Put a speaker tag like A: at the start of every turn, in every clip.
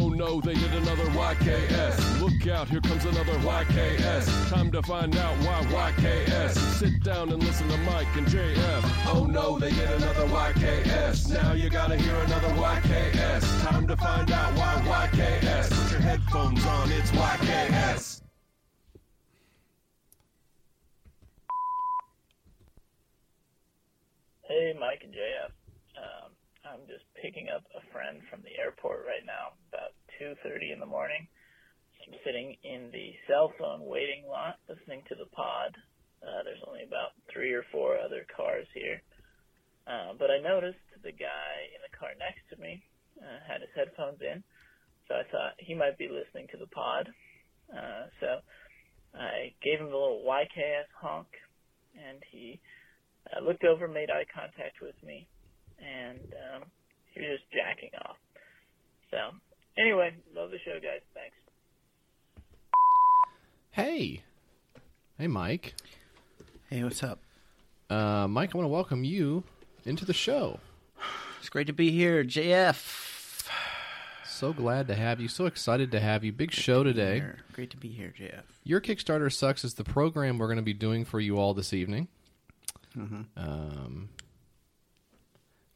A: Oh no, they did another YKS. Look out, here comes another YKS. Time to find out why YKS. Sit down and listen to Mike and JF. Oh no, they did another YKS. Now you gotta hear another YKS. Time to find out why YKS. Put your headphones on, it's YKS.
B: Hey, Mike and JF. Um, I'm just picking up a friend from the airport right now, about 2:30 in the morning. I'm sitting in the cell phone waiting lot, listening to the pod. Uh, there's only about three or four other cars here, uh, but I noticed the guy in the car next to me uh, had his headphones in, so I thought he might be listening to the pod. Uh, so I gave him the little YKS honk, and he uh, looked over, made eye contact with me, and um, he was just jacking off. So, anyway, love the show, guys. Thanks.
C: Hey. Hey, Mike.
D: Hey, what's up?
C: Uh, Mike, I want to welcome you into the show.
D: It's great to be here, JF.
C: So glad to have you. So excited to have you. Big show today.
D: Here. Great to be here, JF.
C: Your Kickstarter Sucks is the program we're going to be doing for you all this evening. Um,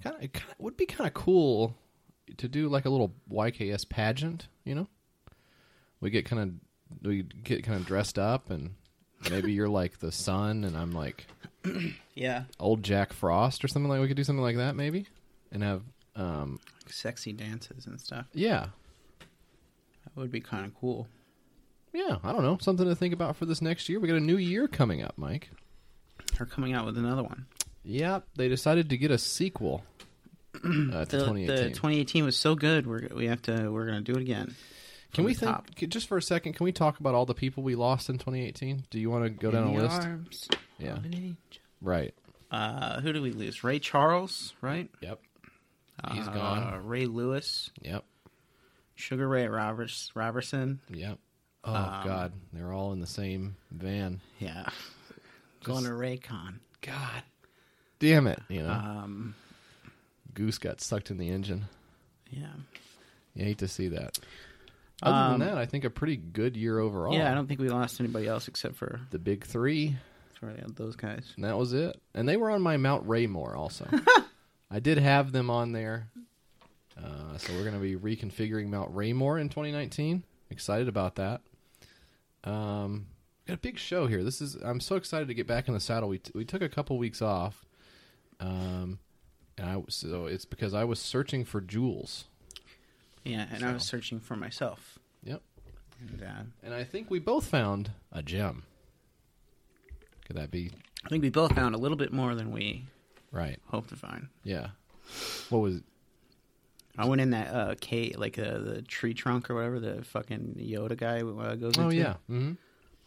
C: kind of, kind of, would be kind of cool to do like a little YKS pageant, you know? We get kind of we get kind of dressed up and maybe you're like the sun and I'm like
D: Yeah,
C: old Jack Frost or something like we could do something like that maybe and have um
D: sexy dances and stuff.
C: yeah.
D: That would be kind of cool.
C: Yeah, I don't know. Something to think about for this next year. We got a new year coming up, Mike.
D: They're coming out with another one.
C: Yep, they decided to get a sequel uh, to
D: The,
C: 2018.
D: the 2018 was so good. We're we have to we're gonna do it again.
C: Can we
D: the
C: think
D: top.
C: c- just for a second? Can we talk about all the people we lost in 2018? Do you want to go down
D: In
C: a
D: the
C: list?
D: arms
C: Yeah.
D: of an angel.
C: Right.
D: Uh, who do we lose? Ray Charles, right?
C: Yep. He's
D: Uh,
C: gone.
D: Ray Lewis,
C: Yep.
D: Sugar Ray Roberts, Robertson.
C: Yep. Oh
D: Um,
C: God, they're all in the same van.
D: Yeah, going to Raycon.
C: God, damn it! You know,
D: Um,
C: Goose got sucked in the engine.
D: yeah.
C: You hate to see that. Other than that, I think a pretty good year overall.
D: Um, Yeah, I don't think we lost anybody else except for
C: the big three.
D: for those guys.
C: And that was it. And they were on my Mount Raymore also. I did have them on there. Uh, so we're going to be reconfiguring Mount Raymore in 2019. Excited about that. Um, got a big show here. This is I'm so excited to get back in the saddle. We t- we took a couple weeks off. Um, and I so it's because I was searching for jewels.
D: Yeah, and I was searching for myself.
C: Yep.
D: And, uh,
C: And I think we both found a gem. Could that be
D: I think we both found a little bit more than we
C: right?
D: hoped to find.
C: Yeah. What was
D: I went in that uh, cave, like uh, the tree trunk or whatever the fucking Yoda guy uh, goes
C: Oh
D: into
C: yeah. Mhm.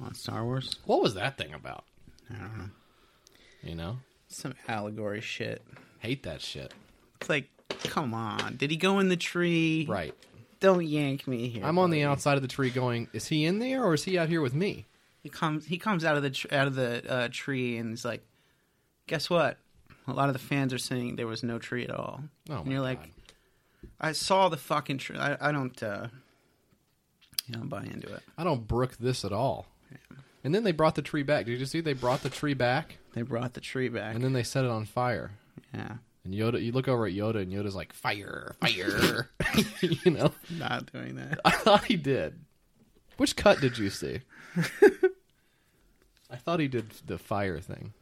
D: on Star Wars.
C: What was that thing about?
D: I don't know.
C: You know,
D: Some allegory shit.
C: hate that shit.
D: It's like, come on. Did he go in the tree?
C: Right.
D: Don't yank me here.
C: I'm on the
D: buddy.
C: outside of the tree going, is he in there or is he out here with me?
D: He comes. He comes out of the tr- out of the uh, tree and he's like, "Guess what? A lot of the fans are saying there was no tree at all."
C: Oh,
D: and
C: my
D: you're
C: God.
D: like, "I saw the fucking tree. I, I don't. Uh, I don't buy into it.
C: I don't brook this at all. And then they brought the tree back. Did you see they brought the tree back
D: They brought the tree back.
C: and then they set it on fire?
D: yeah,
C: And Yoda, you look over at Yoda and Yoda's like, fire, fire. you know,
D: not doing that.
C: I thought he did. Which cut did you see? I thought he did the fire thing,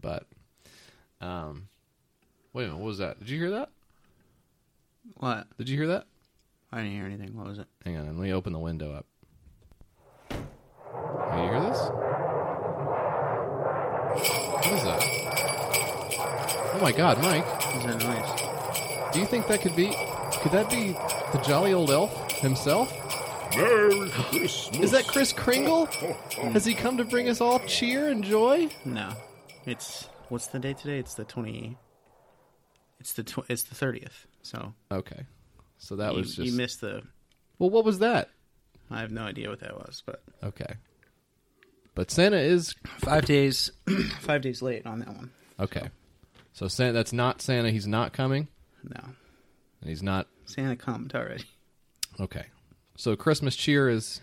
C: but um, wait a minute, what was that? Did you hear that?
D: what?
C: Did you hear that?
D: I didn't hear anything. What was it?
C: Hang on, let me open the window up. Hey, you hear this? What is that? Oh my god, Mike.
D: What was that noise?
C: Do you think that could be could that be the jolly old elf himself?
E: Merry Christmas.
C: Is that Chris Kringle? Has he come to bring us all cheer and joy?
D: No, it's what's the date today? It's the twenty. It's the tw- it's the thirtieth. So
C: Okay. So that
D: you,
C: was
D: you
C: just
D: missed the.
C: Well, what was that?
D: I have no idea what that was, but
C: Okay. But Santa is
D: five days five days late on that one
C: okay. So Santa that's not Santa, he's not coming
D: no
C: and he's not
D: santa comes already
C: Okay. So Christmas cheer is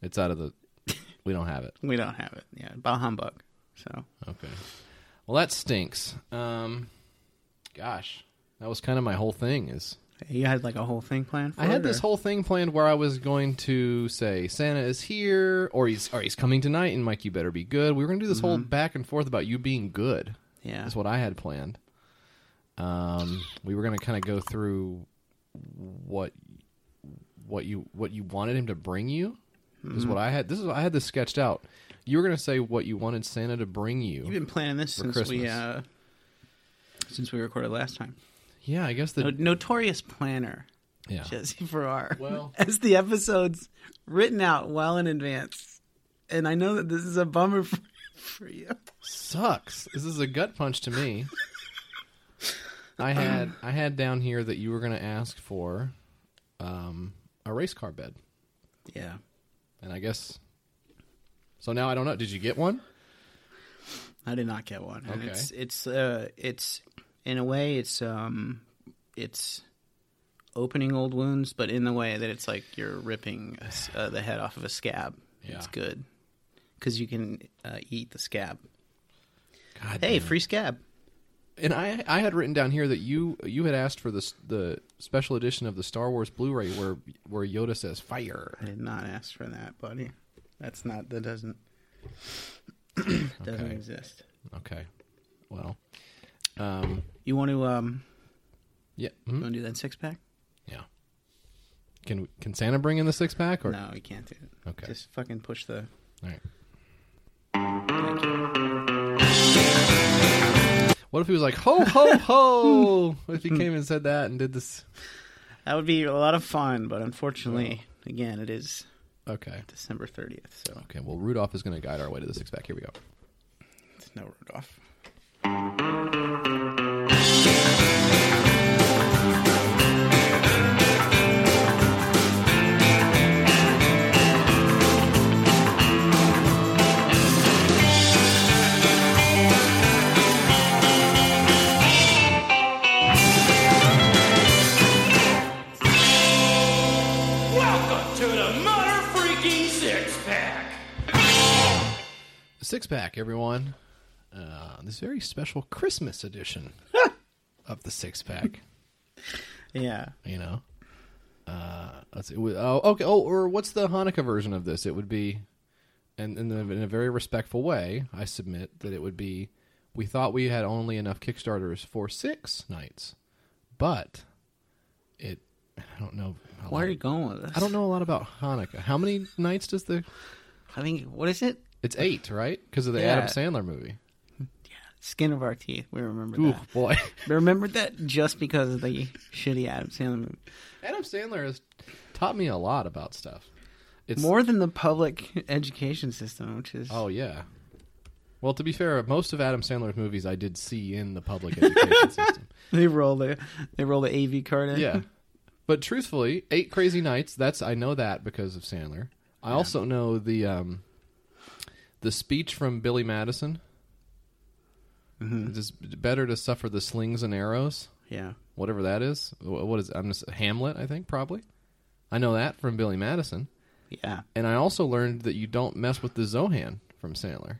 C: it's out of the we don't have it.
D: We don't have it. Yeah, bah humbug. So
C: Okay. Well, that stinks. Um gosh, that was kind of my whole thing is
D: you had like a whole thing planned. For
C: I had
D: it,
C: this
D: or-
C: whole thing planned where I was going to say Santa is here or he's or he's coming tonight and Mike you better be good. We were going to do this whole back and forth about you being good.
D: Mm-hmm. Yeah.
C: That's what I had planned. Um we were going to kind of go through what what you what you wanted him to bring you. Is
D: Mm-hmm.
C: what I had. This is I had this sketched out. You were going to say what you wanted Santa to bring
D: You've been planning this since we
C: Christmas.
D: uh, since we recorded last time.
C: Yeah, I guess
D: No-
C: the
D: notorious planner
C: yeah.
D: Jesse Farrar
C: Well-
D: has the episodes written out well in advance, and I know that this is a bummer for, for you.
C: sucks. This is a gut punch to me. I had I had down here that you were going to ask for um, a race car bed,
D: Yeah,
C: and I guess so. Now I don't know. Did you get one?
D: I did not get one. And
C: Okay.
D: it's it's uh it's in a way it's um it's opening old wounds, but in the way that it's like you're ripping a s uh, the head off of a scab.
C: Yeah.
D: It's good because you can uh, eat the scab.
C: God
D: Hey,
C: damn it.
D: free scab.
C: and I I had written down here that you you had asked for this the special edition of the Star Wars Blu-ray where where Yoda says fire.
D: I did not ask for that, buddy. That's not that doesn't doesn't
C: Okay.
D: exist.
C: Okay, well, um,
D: You want to um
C: yeah, mhm,
D: you want to do that six pack?
C: yeah. Can can Santa bring in the six pack or
D: No, we can't do it.
C: Okay.
D: Just fucking push the
C: All right.
D: Thank you.
C: What if he was like, ho, ho, ho? what if he came and said that and did this?
D: That would be a lot of fun, but unfortunately, again, it is
C: Okay.
D: December 30th, so
C: Okay, well, Rudolph is going to guide our way to the six pack. Here we go.
D: it's no Rudolph.
F: Welcome to the Mother Freaking Six Pack.
C: Six pack, everyone. Uh, this very special Christmas edition of the six pack,
D: Yeah.
C: you know? Uh, let's see. w- Oh, okay. Oh, or what's the Hanukkah version of this? It would be, and in, the, in a very respectful way, I submit that it would be we thought we had only enough Kickstarters for six nights, but it, I don't know. how
D: Where
C: long-
D: are you going with this?
C: I don't know a lot about Hanukkah. How many nights does the?
D: I think what is it?
C: It's eight, right? Because of the
D: Yeah.
C: Adam Sandler movie.
D: Skin of our teeth. We remember
C: Ooh
D: that.
C: boy,
D: We remembered that just because of the shitty Adam Sandler movie.
C: Adam Sandler has taught me a lot about stuff. It's
D: More than the public education system, which is
C: Oh yeah. Well, to be fair, most of Adam Sandler's movies I did see in the public education system.
D: they roll the they roll the AV card in.
C: Yeah, but truthfully, Eight Crazy Nights. That's I know that because of Sandler. I also know the um, the speech from Billy Madison. It is better to suffer the slings and arrows.
D: yeah.
C: whatever that is. Wh- What is? I'm just Hamlet, I think probably. I know that from Billy Madison,
D: Yeah.
C: and I also learned that you don't mess with the Zohan from Sandler.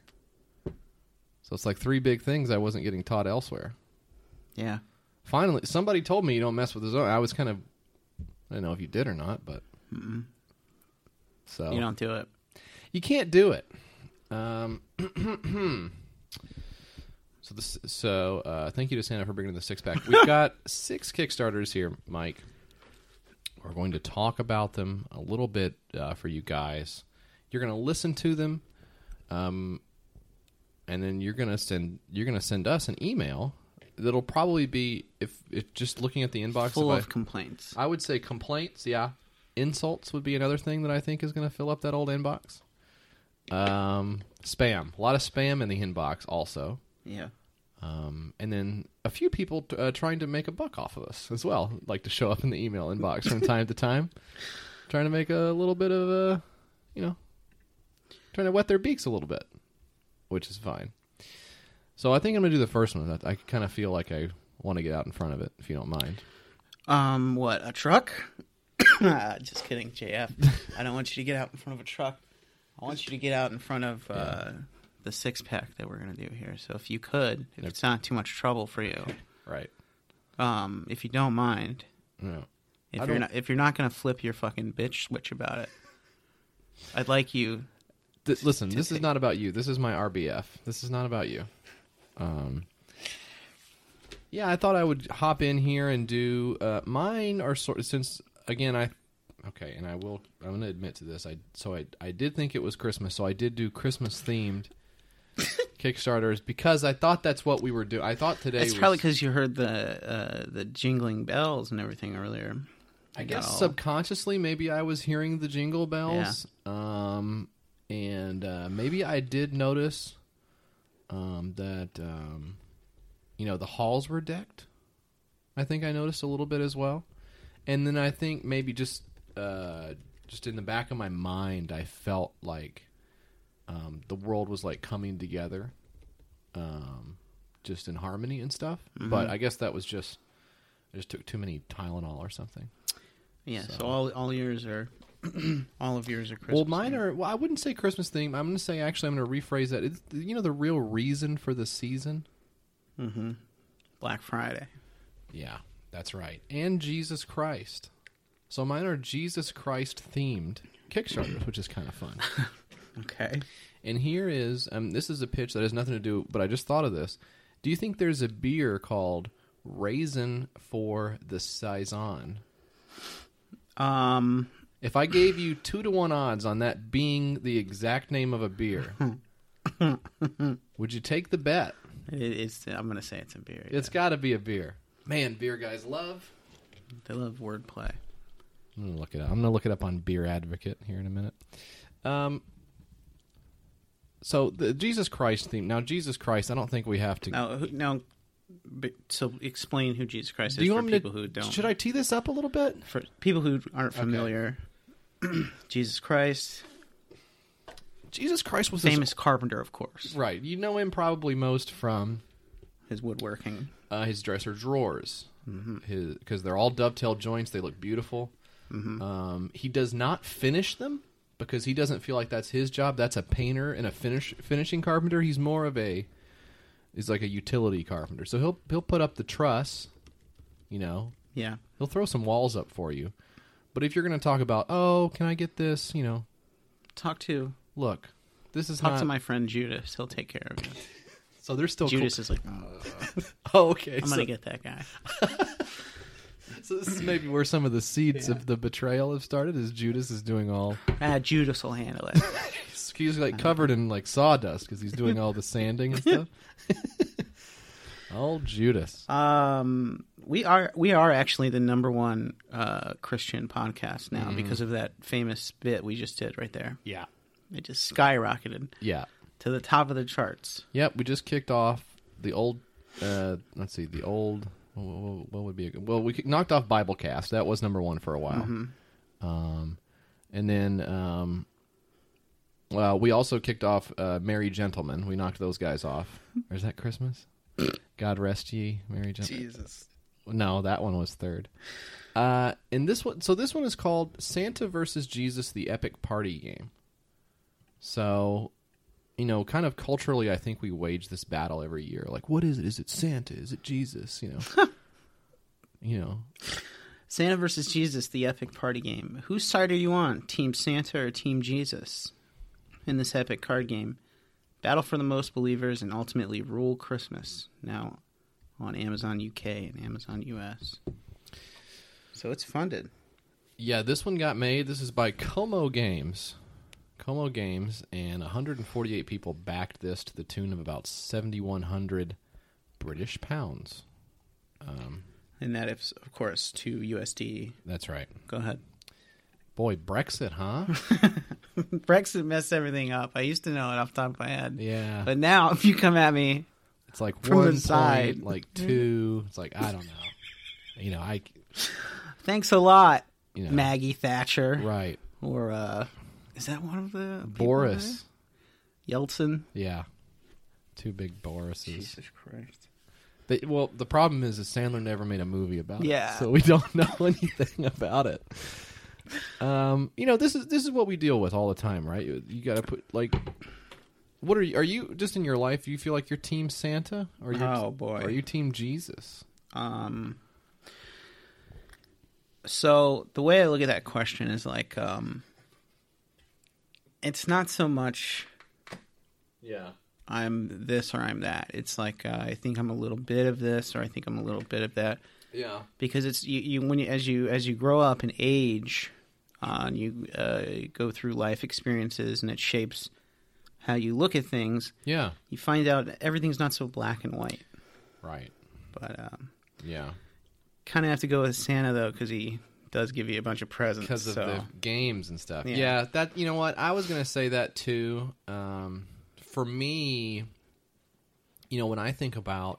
C: So it's like three big things I wasn't getting taught elsewhere.
D: Yeah.
C: Finally, somebody told me you don't mess with the Zohan. I was kind of, I don't know if you did or not, but so Oh.
D: You don't do it.
C: you can't do it. Um, so this, so uh, thank you to Santa for bringing the six pack. We've got six Kickstarters here, Mike. We're going to talk about them a little bit uh, for you guys. You're going to listen to them, um, and then you're going to send you're going to send us an email that'll probably be if, if just looking at the inbox
D: Full
C: if I-
D: of complaints.
C: I would say complaints, yeah. Insults would be another thing that I think is going to fill up that old inbox. Um, spam. A lot of spam in the inbox also.
D: Yeah.
C: Um, and then a few people uh, trying to make a buck off of us as well, like to show up in the email inbox from time to time, trying to make a little bit of a, you know, trying to wet their beaks a little bit, which is fine. So I think I'm going to do the first one. I- I kind of feel like I want to get out in front of it, if you don't mind.
D: Um, what a truck? Just kidding, JF. I don't want you to get out in front of a truck. I want you to get out in front of uh, the six pack that we're gonna do here. So if you could, if it's not too much trouble for you,
C: Right.
D: um, if you don't mind,
C: Yeah. I
D: if you're
C: don't-
D: not if you're not gonna flip your fucking bitch switch about it, I'd like you.
C: Th- listen, this is not about you. This is my RBF. This is not about you. Um, yeah, I thought I would hop in here and do uh, mine are sort since again I okay, and I will I'm going to admit to this. I so I I did think it was Christmas, so I did do Christmas themed Kickstarters because I thought that's what we were doing. I thought today
D: It's
C: was
D: probably because you heard the uh, the jingling bells and everything earlier.
C: I guess
D: No.
C: subconsciously, maybe I was hearing the jingle bells. Um, and uh, maybe I did notice um, that, um, you know, the halls were decked. I think I noticed a little bit as well. And then I think maybe just uh, just in the back of my mind, I felt like um, the world was like coming together, um, just in harmony and stuff. But I guess that was just I just took too many Tylenol or something.
D: Yeah. So, all all yours are all of yours are Christmas.
C: Well, mine are. Well, I wouldn't say Christmas theme. I'm going to say actually, I'm going to rephrase that. It's, you know, the real reason for the season.
D: Black Friday.
C: Yeah, that's right. And Jesus Christ. So mine are Jesus Christ themed Kickstarters, which is kind of fun.
D: Okay.
C: And here is um, this is a pitch that has nothing to do, but I just thought of this. Do you think there's a beer called Raisin for the Saison?
D: Um.
C: If I gave you two to one odds on that being the exact name of a beer, would you take the bet?
D: It, it's. I'm gonna say it's a beer. yeah.
C: It's got to be a beer. Man, beer guys love.
D: They love wordplay.
C: I'm gonna look it up. I'm gonna look it up on Beer Advocate here in a minute. Um. So the Jesus Christ theme. Now Jesus Christ. I don't think we have to.
D: Now, who, now, but, so explain who Jesus Christ
C: Do
D: is
C: you
D: for
C: want me
D: people
C: to?
D: who don't.
C: Should I tee this up a little bit?
D: For people who aren't familiar, Jesus Christ,
C: Jesus Christ was this-
D: famous carpenter, of course,
C: right. You know him probably most from
D: his woodworking.
C: uh, his dresser drawers. His because they're all dovetail joints. They look beautiful. Um, he does not finish them because he doesn't feel like that's his job. That's a painter and a finish finishing carpenter. He's more of a he's like a utility carpenter. So he'll he'll put up the truss, you know.
D: Yeah,
C: He'll throw some walls up for you. But if you're going to talk about, oh, can I get this? You know,
D: talk to
C: look, this is
D: talk
C: not-
D: to my friend Judas. He'll take care of you.
C: So they're still
D: Judas is like,
C: cool. Oh, okay.
D: I'm
C: so,
D: gonna get that guy.
C: so this is maybe where some of the seeds of the betrayal have started. Is Judas is doing all
D: Ah, Judas will handle it.
C: He's like covered in like sawdust because he's doing all the sanding and stuff. Old Judas.
D: Um, we are we are actually the number one uh, Christian podcast now because of that famous bit we just did right there.
C: Mm-hmm. yeah.
D: It just skyrocketed
C: Yeah.
D: to the top of the charts.
C: Yep. We just kicked off the old. Uh, let's see. The old. wha- wha- What would be a good? Well, we kick- knocked off Biblecast. That was number one for a while. Um, and then um, well, we also kicked off uh, Merry Gentlemen. We knocked those guys off. Or is that Christmas? God rest ye, Merry Gentlemen.
D: Jesus.
C: No, that one was third. Uh, and this one, so this one is called Santa versus Jesus: The Epic Party Game. So, you know, kind of culturally, I think we wage this battle every year. Like, what is it? Is it Santa? Is it Jesus? You know, you know,
D: Santa versus Jesus, the epic party game. Whose side are you on, Team Santa or Team Jesus? In this epic card game, battle for the most believers and ultimately rule Christmas. Now on Amazon UK and Amazon US. So it's funded.
C: yeah. This one got made. This is by Como Games. Como Games and 148 people backed this to the tune of about 7,100 British pounds.
D: And that is, of course, to USD.
C: That's right.
D: Go ahead.
C: Boy, Brexit, huh?
D: Brexit messed everything up. I used to know it off the top of my head.
C: Yeah.
D: But now, if you come at me,
C: It's like
D: From the
C: one
D: side. Mm-hmm.
C: Point, like two. It's like I don't know. You know, I
D: thanks a lot,
C: you know
D: Maggie Thatcher.
C: right
D: Or, uh, is that one of the. people there?
C: Boris.
D: Yeltsin.
C: Yeah, two big Borises.
D: Christ.
C: They, well, the problem is, is Sandler never made a movie about it.
D: Yeah.
C: so we don't know anything about it. Um, you know, this is this is what we deal with all the time, right? You, you got to put like, what are you? Are you just in your life? You feel like you're Team Santa, or you're,
D: Oh, boy.
C: are you Team Jesus?
D: Um, so the way I look at that question is like, um, it's not so much
C: Yeah.
D: I'm this or I'm that. It's like uh, I think I'm a little bit of this or I think I'm a little bit of that
C: Yeah.
D: because it's you, you when you as you as you grow up and age, uh, and you uh, go through life experiences and it shapes how you look at things.
C: Yeah.
D: You find out everything's not so black and white,
C: Right.
D: but. Um,
C: Yeah.
D: kind of have to go with Santa though, because he does give you a bunch of presents.
C: because of
D: so.
C: the games and stuff.
D: Yeah.
C: Yeah. that you know what I was gonna say that too. Um, for me, you know, when I think about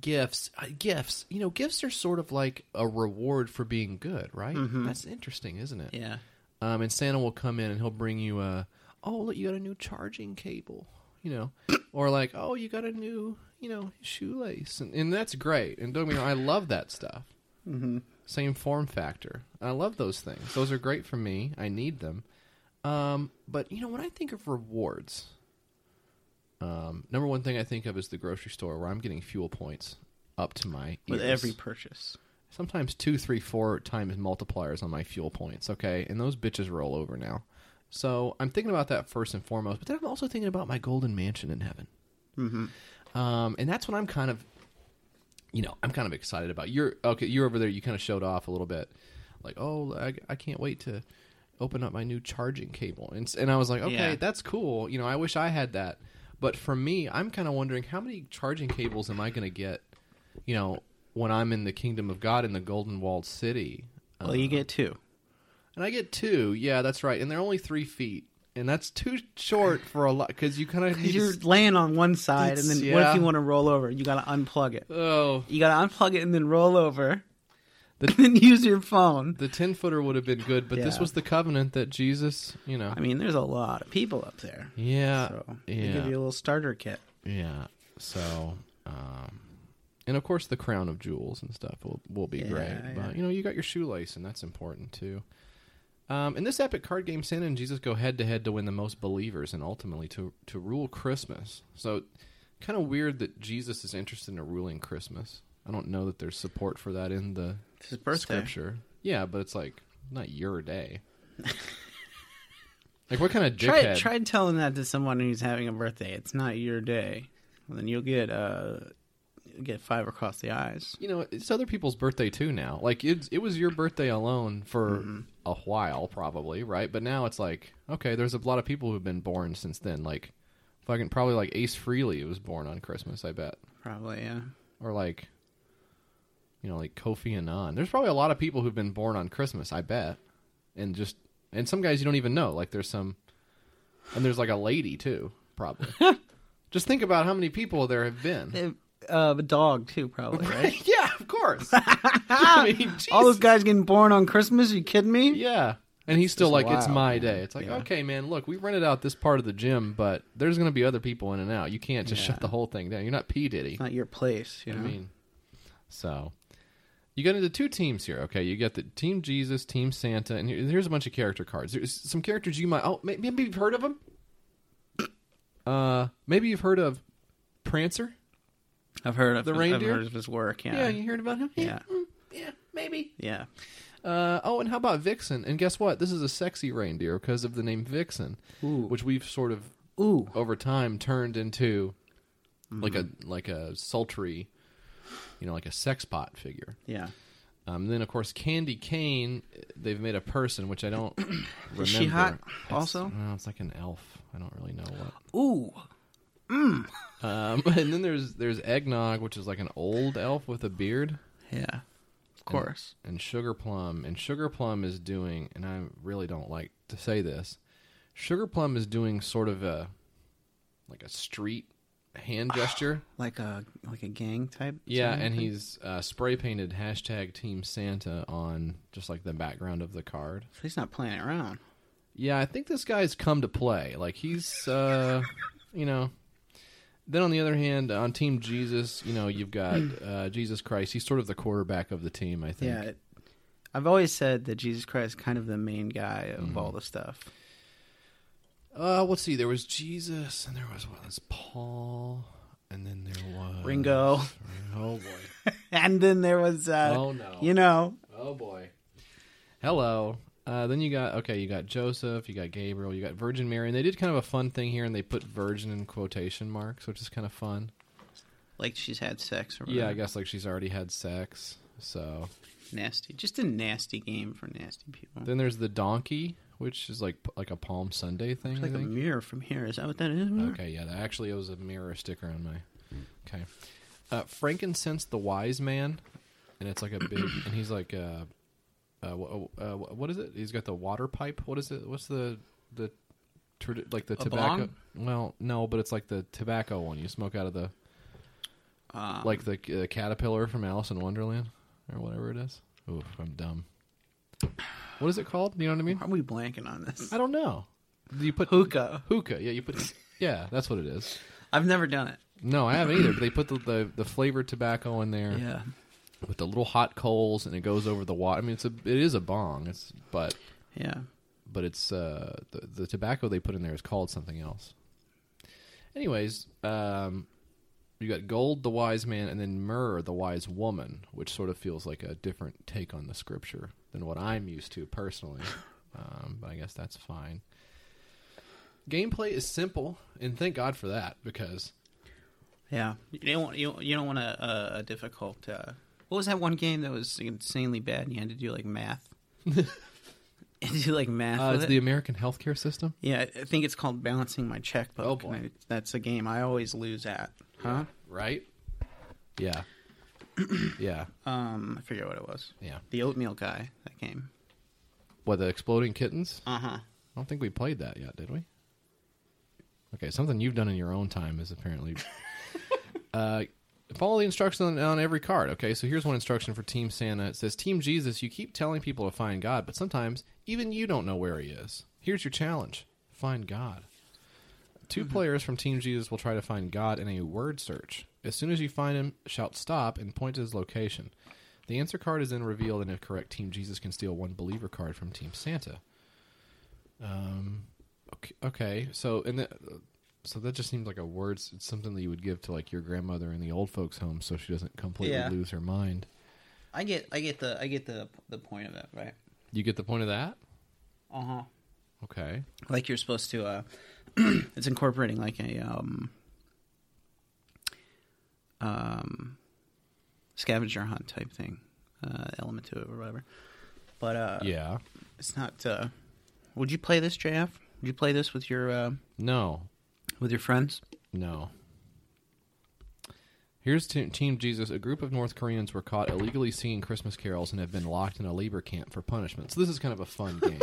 C: gifts, uh, gifts, you know, gifts are sort of like a reward for being good, right? That's interesting, isn't it?
D: yeah,
C: Um, and Santa will come in and he'll bring you a oh look you got a new charging cable, you know, or like oh you got a new you know shoelace, and, and that's great. And don't get me wrong, I love that stuff. Mm-hmm. Same form factor. I love those things. Those are great for me. I need them. Um, but you know when I think of rewards, um, number one thing I think of is the grocery store where I'm getting fuel points up to my
D: with
C: ears
D: every purchase.
C: sometimes two, three, four times multipliers on my fuel points. Okay, and those bitches roll over now. So I'm thinking about that first and foremost, but then I'm also thinking about my golden mansion in heaven. Mm-hmm. Um, and that's what I'm kind of, you know, I'm kind of excited about. You're okay. You're over there. You kind of showed off a little bit, like, oh, I, I can't wait to open up my new charging cable. And s- and I was like, okay,
D: Yeah.
C: that's cool. You know, I wish I had that. But for me, I'm kind of wondering how many charging cables am I going to get? You know, when I'm in the kingdom of God in the golden walled city,
D: Well, you get two.
C: and I get two. Yeah, that's right. And they're only three feet, and that's too short for a lot because you kind of
D: You're laying on one side, and
C: It's-
D: then what if
C: yeah.
D: you want to roll over? You got to unplug it.
C: oh
D: You got to unplug it and then roll over,
C: The-
D: and then use your phone.
C: the ten footer would have been good, but this
D: Yeah.
C: was the covenant that Jesus, you know,
D: I mean, there's a lot of people up there,
C: yeah,
D: so they
C: yeah,
D: give you a little starter kit.
C: yeah. So, um, and of course the crown of jewels and stuff will will be
D: Yeah,
C: great,
D: yeah.
C: but you know you got your shoelace and that's important too. Um, in this epic card game, Santa and Jesus go head to head to win the most believers and ultimately to to rule Christmas. So, kind of weird that Jesus is interested in ruling Christmas. I don't know that there's support for that in the
D: It's his birthday.
C: scripture. Yeah, but it's like not your day. like what kind of
D: Try
C: dickhead?
D: try telling that to someone who's having a birthday. It's not your day. Well, then you'll get uh, you'll get five across the eyes.
C: You know, it's other people's birthday too now. Like it, it was your birthday alone for
D: Mm-hmm.
C: a while, probably right. But now it's like okay, there's a lot of people who've been born since then. Like fucking probably like Ace Freely was born on Christmas, I bet,
D: Probably, yeah.
C: or like you know like Kofi Annan. There's probably a lot of people who've been born on Christmas, I bet, and just and some guys you don't even know. Like there's some, and there's like a lady too, probably. just think about how many people there have been.
D: Uh, a dog too, probably. Right?
C: Yeah, of course. I mean,
D: All
C: Jesus.
D: those guys getting born on Christmas? you kidding me?
C: Yeah. And he's still
D: just
C: like, it's
D: wild,
C: my
D: man.
C: day. It's like,
D: Yeah.
C: okay, man, look, we rented out this part of the gym, but there's going to be other people in and out. You can't just shut the whole thing down. You're not P. Diddy.
D: It's not your place. You know?
C: I mean, so you get into two teams here. Okay, you got the Team Jesus, Team Santa, and here- here's a bunch of character cards. There's some characters you might oh may- maybe you've heard of them. Uh, maybe you've heard of Prancer.
D: I've heard of
C: The
D: his,
C: reindeer?
D: I've heard of his work. Yeah,
C: Yeah, you heard about him.
D: Yeah.
C: mm, yeah, maybe.
D: yeah.
C: Uh, oh, and how about Vixen? And guess what? This is a sexy reindeer because of the name Vixen,
D: Ooh.
C: which we've sort of
D: Ooh,
C: over time turned into like a
D: Mm-hmm.
C: like a sultry, you know, like a sex pot figure.
D: yeah.
C: Um, then of course Candy Cane, they've made a person which I don't remember.
D: she hot
C: It's-
D: also?
C: no, it's like an elf. I don't really know what.
D: Ooh,
C: Um, and then there's there's eggnog, which is like an old elf with a beard.
D: yeah. Of course.
C: and Sugar Plum, and Sugar Plum is doing, and I really don't like to say this, Sugar Plum is doing sort of a like a street
D: Ah,
C: hand gesture.
D: Like a like a gang type.
C: yeah, and he's uh, spray painted hashtag Team Santa on just like the background of the card.
D: So he's not playing around.
C: Yeah, I think this guy's come to play. Like he's, uh, you know. Then on the other hand, on Team Jesus, you know, you've got uh, Jesus Christ. He's sort of the quarterback of the team, I think.
D: Hmm. Yeah. I've always said that Jesus Christ is kind of the main guy of
C: Mm-hmm.
D: all the stuff.
C: Uh, let's see. There was Jesus, and there was what was Paul, and then there was
D: Ringo.
C: Oh boy!
D: And then there was, uh,
C: Oh, no.
D: you know,
C: Oh boy! Hello. Uh, then you got okay. You got Joseph. You got Gabriel. You got Virgin Mary, and they did kind of a fun thing here, and they put "Virgin" in quotation marks, which is kind of fun.
D: like she's had sex or whatever.
C: Yeah, I guess like she's already had sex. So
D: Nasty. Just a nasty game for nasty people.
C: then there's the donkey, which is like like a Palm Sunday thing.
D: It's like
C: I
D: a
C: think.
D: mirror from here. Is that what that is?
C: Okay, yeah, that actually it was a mirror sticker on my. Okay, uh, frankincense the wise man, and it's like a big, and he's like, uh, uh, wh- uh, wh- what is it? He's got the water pipe. What is it? What's the the, trad- like the tobacco?
D: bong?
C: Well, no, but it's like the tobacco one you smoke out of the, like the uh, caterpillar from Alice in Wonderland or whatever it is. Oof, I'm dumb. What is it called? Do you know what I mean?
D: Are we blanking on this?
C: I don't know. Do you put
D: Hookah.
C: Hookah, yeah, you put. Yeah, that's what it is.
D: I've never done it.
C: No, I haven't either. But they put the, the the flavored tobacco in there
D: Yeah.
C: with the little hot coals, and it goes over the water. I mean, it's a it is a bong. It's but
D: Yeah.
C: but it's uh the, the tobacco they put in there is called something else. Anyways, um, you got gold, the wise man, and then myrrh, the wise woman, which sort of feels like a different take on the scripture than what I'm used to personally. Um, but I guess that's fine. Gameplay is simple, and thank God for that because
D: Yeah, you don't want you, you don't want a, a, a difficult. Uh, what was that one game that was insanely bad? and You had to do like math. you do like math.
C: uh,
D: with
C: it's
D: it?
C: the American healthcare system.
D: yeah, I I think it's called balancing my checkbook.
C: Oh, boy.
D: and I- that's a game I always lose at. Huh?
C: right? Yeah. yeah.
D: Um, I forget what it was.
C: Yeah.
D: The oatmeal guy. That game.
C: What, the exploding kittens? I
D: Uh huh.
C: don't think we played that yet, did we? Okay, something you've done in your own time is apparently. uh, follow the instructions on, on every card, okay? So here's one instruction for Team Santa. It says Team Jesus, you keep telling people to find God, but sometimes even you don't know where he is. Here's your challenge find God. 2
D: Mm-hmm.
C: players from Team Jesus will try to find God in a word search. As soon as you find him, shout stop and point to his location. The answer card is then revealed, and if correct, Team Jesus can steal one believer card from Team Santa. Um, okay, okay. so and the, so that just seems like a word. It's something that you would give to like your grandmother in the old folks' home, so she doesn't completely
D: Yeah.
C: lose her mind.
D: I get I get the I get the the point of it right.
C: You get the point of that?
D: Uh huh.
C: Okay.
D: like you're supposed to uh it's incorporating like a um um scavenger hunt type thing uh element to it or whatever but uh
C: yeah.
D: it's not uh would you play this JF? would you play this with your uh
C: No.
D: with your friends
C: No. Here's Team Team Jesus. A group of North Koreans were caught illegally singing Christmas carols and have been locked in a labor camp for punishment. So this is kind of a fun game.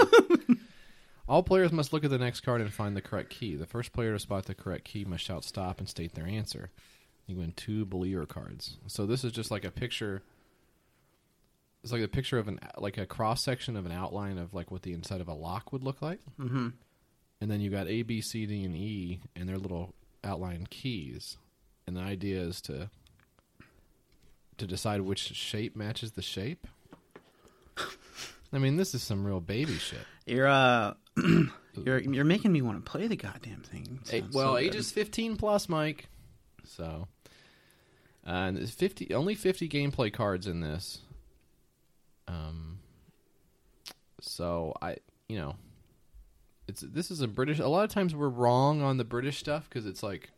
C: All players must look at the next card and find the correct key. The first player to spot the correct key must shout stop and state their answer. You win two believer cards. So this is just like a picture. It's like a picture of an like a cross section of an outline of like what the inside of a lock would look like and then you got A, B, C, D, and E, and their little outline keys. And the idea is to to decide which shape matches the shape. I mean, this is some real baby shit.
D: you're uh you're you're making me want to play the goddamn thing It sounds
C: well,
D: so
C: age
D: good.
C: is fifteen plus, Mike. So, uh, and there's fifty only fifty gameplay cards in this. Um, so I, you know, it's this is a British. A lot of times we're wrong on the British stuff because it's like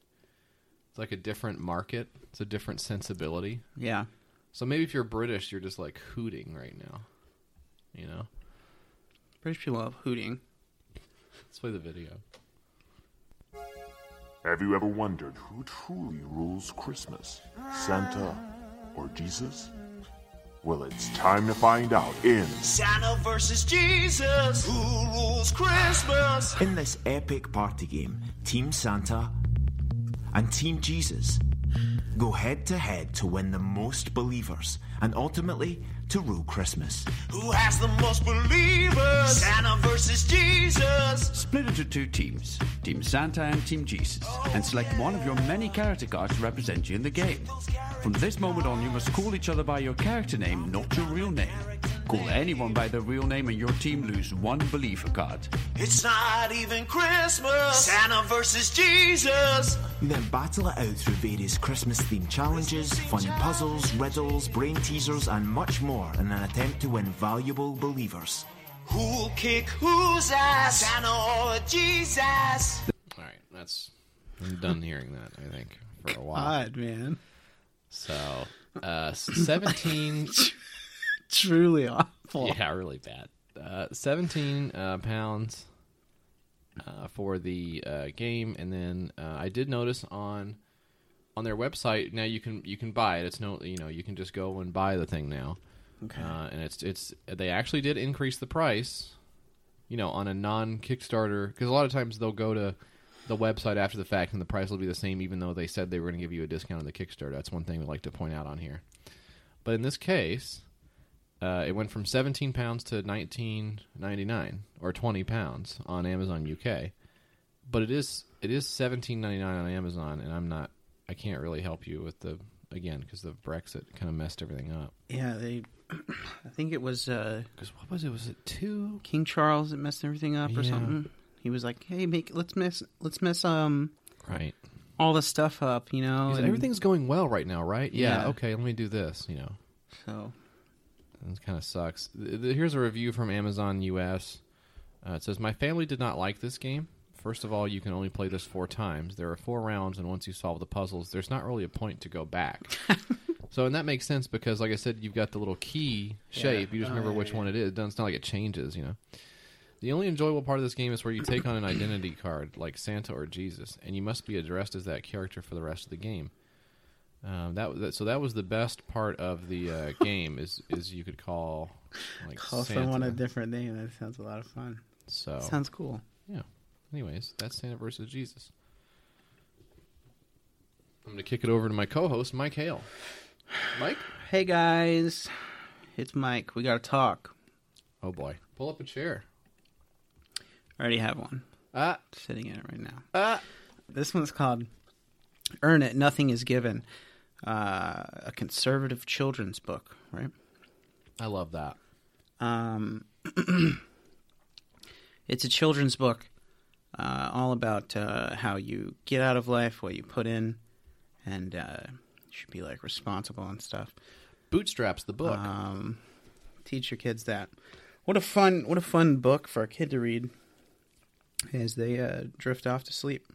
C: it's like a different market. It's a different sensibility.
D: yeah
C: So maybe if you're British, you're just like hooting right now. You know,
D: british people love hooting
C: let's play the video.
E: Have you ever wondered who truly rules Christmas? Santa or Jesus? Well, it's time to find out in
G: Santa versus Jesus. Who rules Christmas?
H: In this epic party game, Team Santa and Team Jesus go head to head to win the most believers and ultimately to rule Christmas.
G: Who has the most believers? Santa versus Jesus.
I: Split into two teams, Team Santa and Team Jesus, and select one of your many character cards to represent you in the game. From this moment on, you must call each other by your character name, not your real name. Call anyone by their real name and your team lose one believer card.
G: It's not even Christmas. Santa versus Jesus.
H: You then battle it out through various Christmas themed challenges, fun puzzles, riddles, brain teasers, and much more in an attempt to win valuable believers.
G: Who'll kick whose ass? Santa or Jesus?
C: All right, that's I'm done hearing that. I think for a while.
D: Odd, man.
C: So uh, seventeen.
D: Truly awful.
C: yeah, really bad. Uh, Seventeen uh, pounds uh, for the uh, game, and then uh, I did notice on on their website now you can you can buy it. It's no you know you can just go and buy the thing now,
D: Okay.
C: uh, and it's it's they actually did increase the price. You know, on a non Kickstarter, because a lot of times they'll go to the website after the fact, and the price will be the same, even though they said they were going to give you a discount on the Kickstarter. That's one thing we like to point out on here. But in this case, uh, it went from seventeen pounds to nineteen ninety nine or twenty pounds on Amazon UK. But it is it is seventeen ninety nine on Amazon, and I'm not I can't really help you with the again because the Brexit kind of messed everything up.
D: yeah, they. I think it was uh,
C: Because what was it? Was it two?
D: King Charles that messed everything up
C: Yeah.
D: or something. He was like, "Hey, make let's mess let's mess um
C: Right.
D: all the stuff up, you know."
C: He's like,
D: and
C: Everything's going well right now, right? Oh, Yeah.
D: Yeah.
C: Okay, let me do this. You know,
D: So
C: It kind of sucks. Th- th- Here's a review from Amazon US. Uh, it says, My family did not like this game. First of all, you can only play this four times. There are four rounds, and once you solve the puzzles, there's not really a point to go back. so, and that makes sense because, like I said, you've got the little key shape. You just
D: Oh,
C: remember which one it is. It doesn't- It's not like it changes, you know. The only enjoyable part of this game is where you take on an identity card, like Santa or Jesus, and you must be addressed as that character for the rest of the game. Um, that, was- that so that was the best part of the uh, game is is you could call like
D: call
C: Santa. Oh.
D: someone a different name. That sounds a lot of fun.
C: so
D: Sounds cool.
C: yeah. Anyways, that's Santa versus Jesus. I'm gonna kick it over to my co-host Mike Hale. Mike,
D: Hey guys, it's Mike. We gotta talk.
C: oh boy, pull up a chair.
D: I already have one.
C: Ah,
D: sitting in it right now. this one's called "Earn It, Nothing Is Given," uh, a conservative children's book, right?
C: I love that.
D: Um, it's a children's book, uh, all about uh, how you get out of life, what you put in, and uh, you should be like responsible and stuff.
C: Bootstraps the book.
D: Um, teach your kids that. What a fun, what a fun book for a kid to read as they uh, drift off to sleep.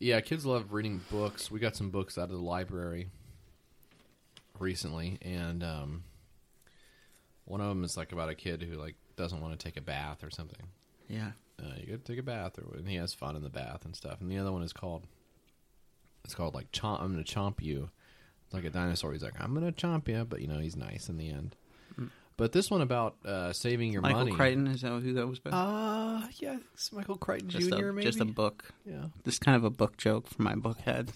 C: Yeah, kids love reading books. We got some books out of the library recently, and um, one of them is like about a kid who like doesn't want to take a bath or something.
D: Yeah.
C: Uh, you got to take a bath, or and he has fun in the bath and stuff. And the other one is called it's called like chomp. I'm gonna chomp you. It's like a dinosaur. He's like I'm gonna chomp you, but you know he's nice in the end. But this one about uh, saving your
D: Mm. Michael
C: money.
D: Crichton is that who that was by?
C: Uh, yeah, it's Michael Crichton
D: just
C: Jr.
D: a,
C: maybe
D: just a book.
C: Yeah.
D: This kind of a book joke for my book head.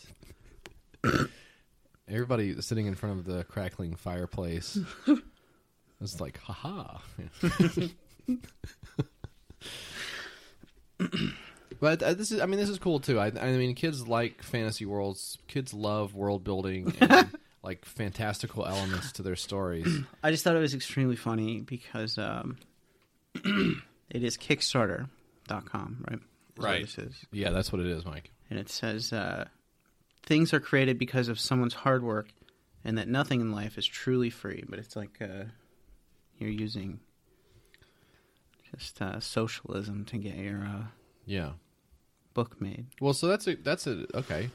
C: Everybody sitting in front of the crackling fireplace was like, haha. but uh, this is, I mean, this is cool too. I, I mean, kids like fantasy worlds, kids love world building and like fantastical elements to their stories.
D: I just thought it was extremely funny because um, it is Kickstarter.com, right? Is what
C: Right.
D: This is.
C: Yeah, that's what it is, Mike.
D: And it says uh, things are created because of someone's hard work and that nothing in life is truly free. But it's like uh, you're using just uh, socialism to get your uh,
C: Yeah.
D: book made.
C: Well, so that's a, that's a, okay.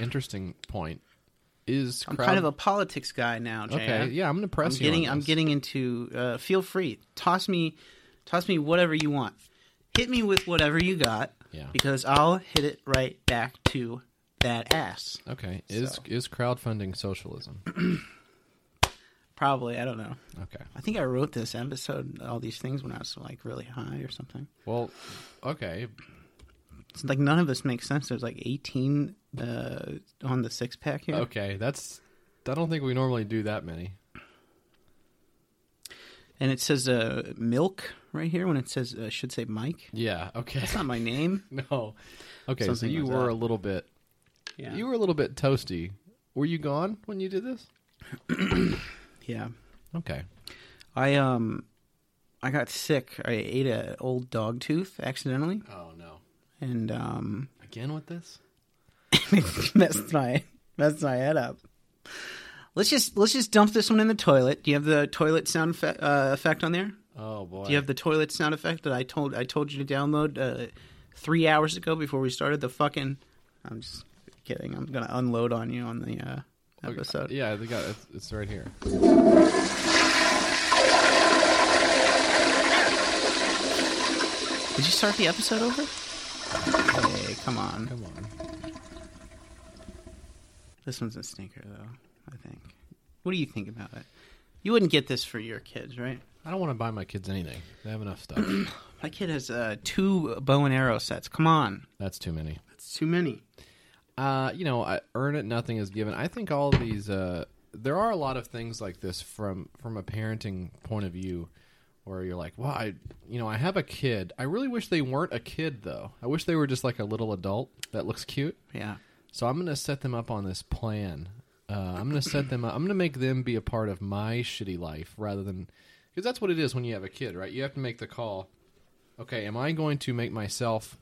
C: Interesting point. Is
D: I'm
C: crowd-
D: kind of a politics guy now, JF.
C: okay? Yeah, I'm gonna press
D: I'm
C: you on
D: getting I'm
C: this.
D: getting into uh, feel free. Toss me toss me whatever you want. Hit me with whatever you got.
C: Yeah.
D: Because I'll hit it right back to that ass.
C: okay. Is
D: So.
C: is crowdfunding socialism?
D: Probably, I don't know.
C: Okay.
D: I think I wrote this episode all these things when I was like really high or something.
C: Well, okay.
D: It's like none of this makes sense. There's like 18 uh, on the six pack here.
C: Okay, that's. I don't think we normally do that many.
D: And it says uh, milk right here when it says uh, should say Mike.
C: Yeah. Okay.
D: That's not my name.
C: no. Okay.
D: Something
C: so you
D: like
C: were
D: that.
C: a little bit.
D: Yeah.
C: You were a little bit toasty. Were you gone when you did this?
D: yeah.
C: Okay.
D: I um, I got sick. I ate an old dog tooth accidentally,
C: Oh no!
D: and um,
C: Again with this?
D: messed my messed my head up. Let's just let's just dump this one in the toilet. Do you have the toilet sound effe- uh, effect on there?
C: Oh boy!
D: Do you have the toilet sound effect that I told I told you to download uh, three hours ago before we started the fucking? I'm just kidding. I'm gonna unload on you on the uh, episode.
C: Yeah, I think I, it's, it's right here.
D: Did you start the episode over? Hey, come on.
C: Come on.
D: This one's a stinker, though. I think. What do you think about it? You wouldn't get this for your kids, right?
C: I don't want to buy my kids anything. They have enough stuff.
D: My kid has uh, two bow and arrow sets. Come on,
C: That's too many.
D: that's too many.
C: Uh, you know, I earn it, nothing is given. I think all of these, uh, there are a lot of things like this from from a parenting point of view, where you're like, well, I, you know, I have a kid. I really wish they weren't a kid though. I wish they were just like a little adult that looks cute.
D: Yeah.
C: So I'm gonna set them up on this plan. Uh, I'm gonna set them up. I'm gonna make them be a part of my shitty life rather than because that's what it is when you have a kid, right? You have to make the call. Okay, am I going to make myself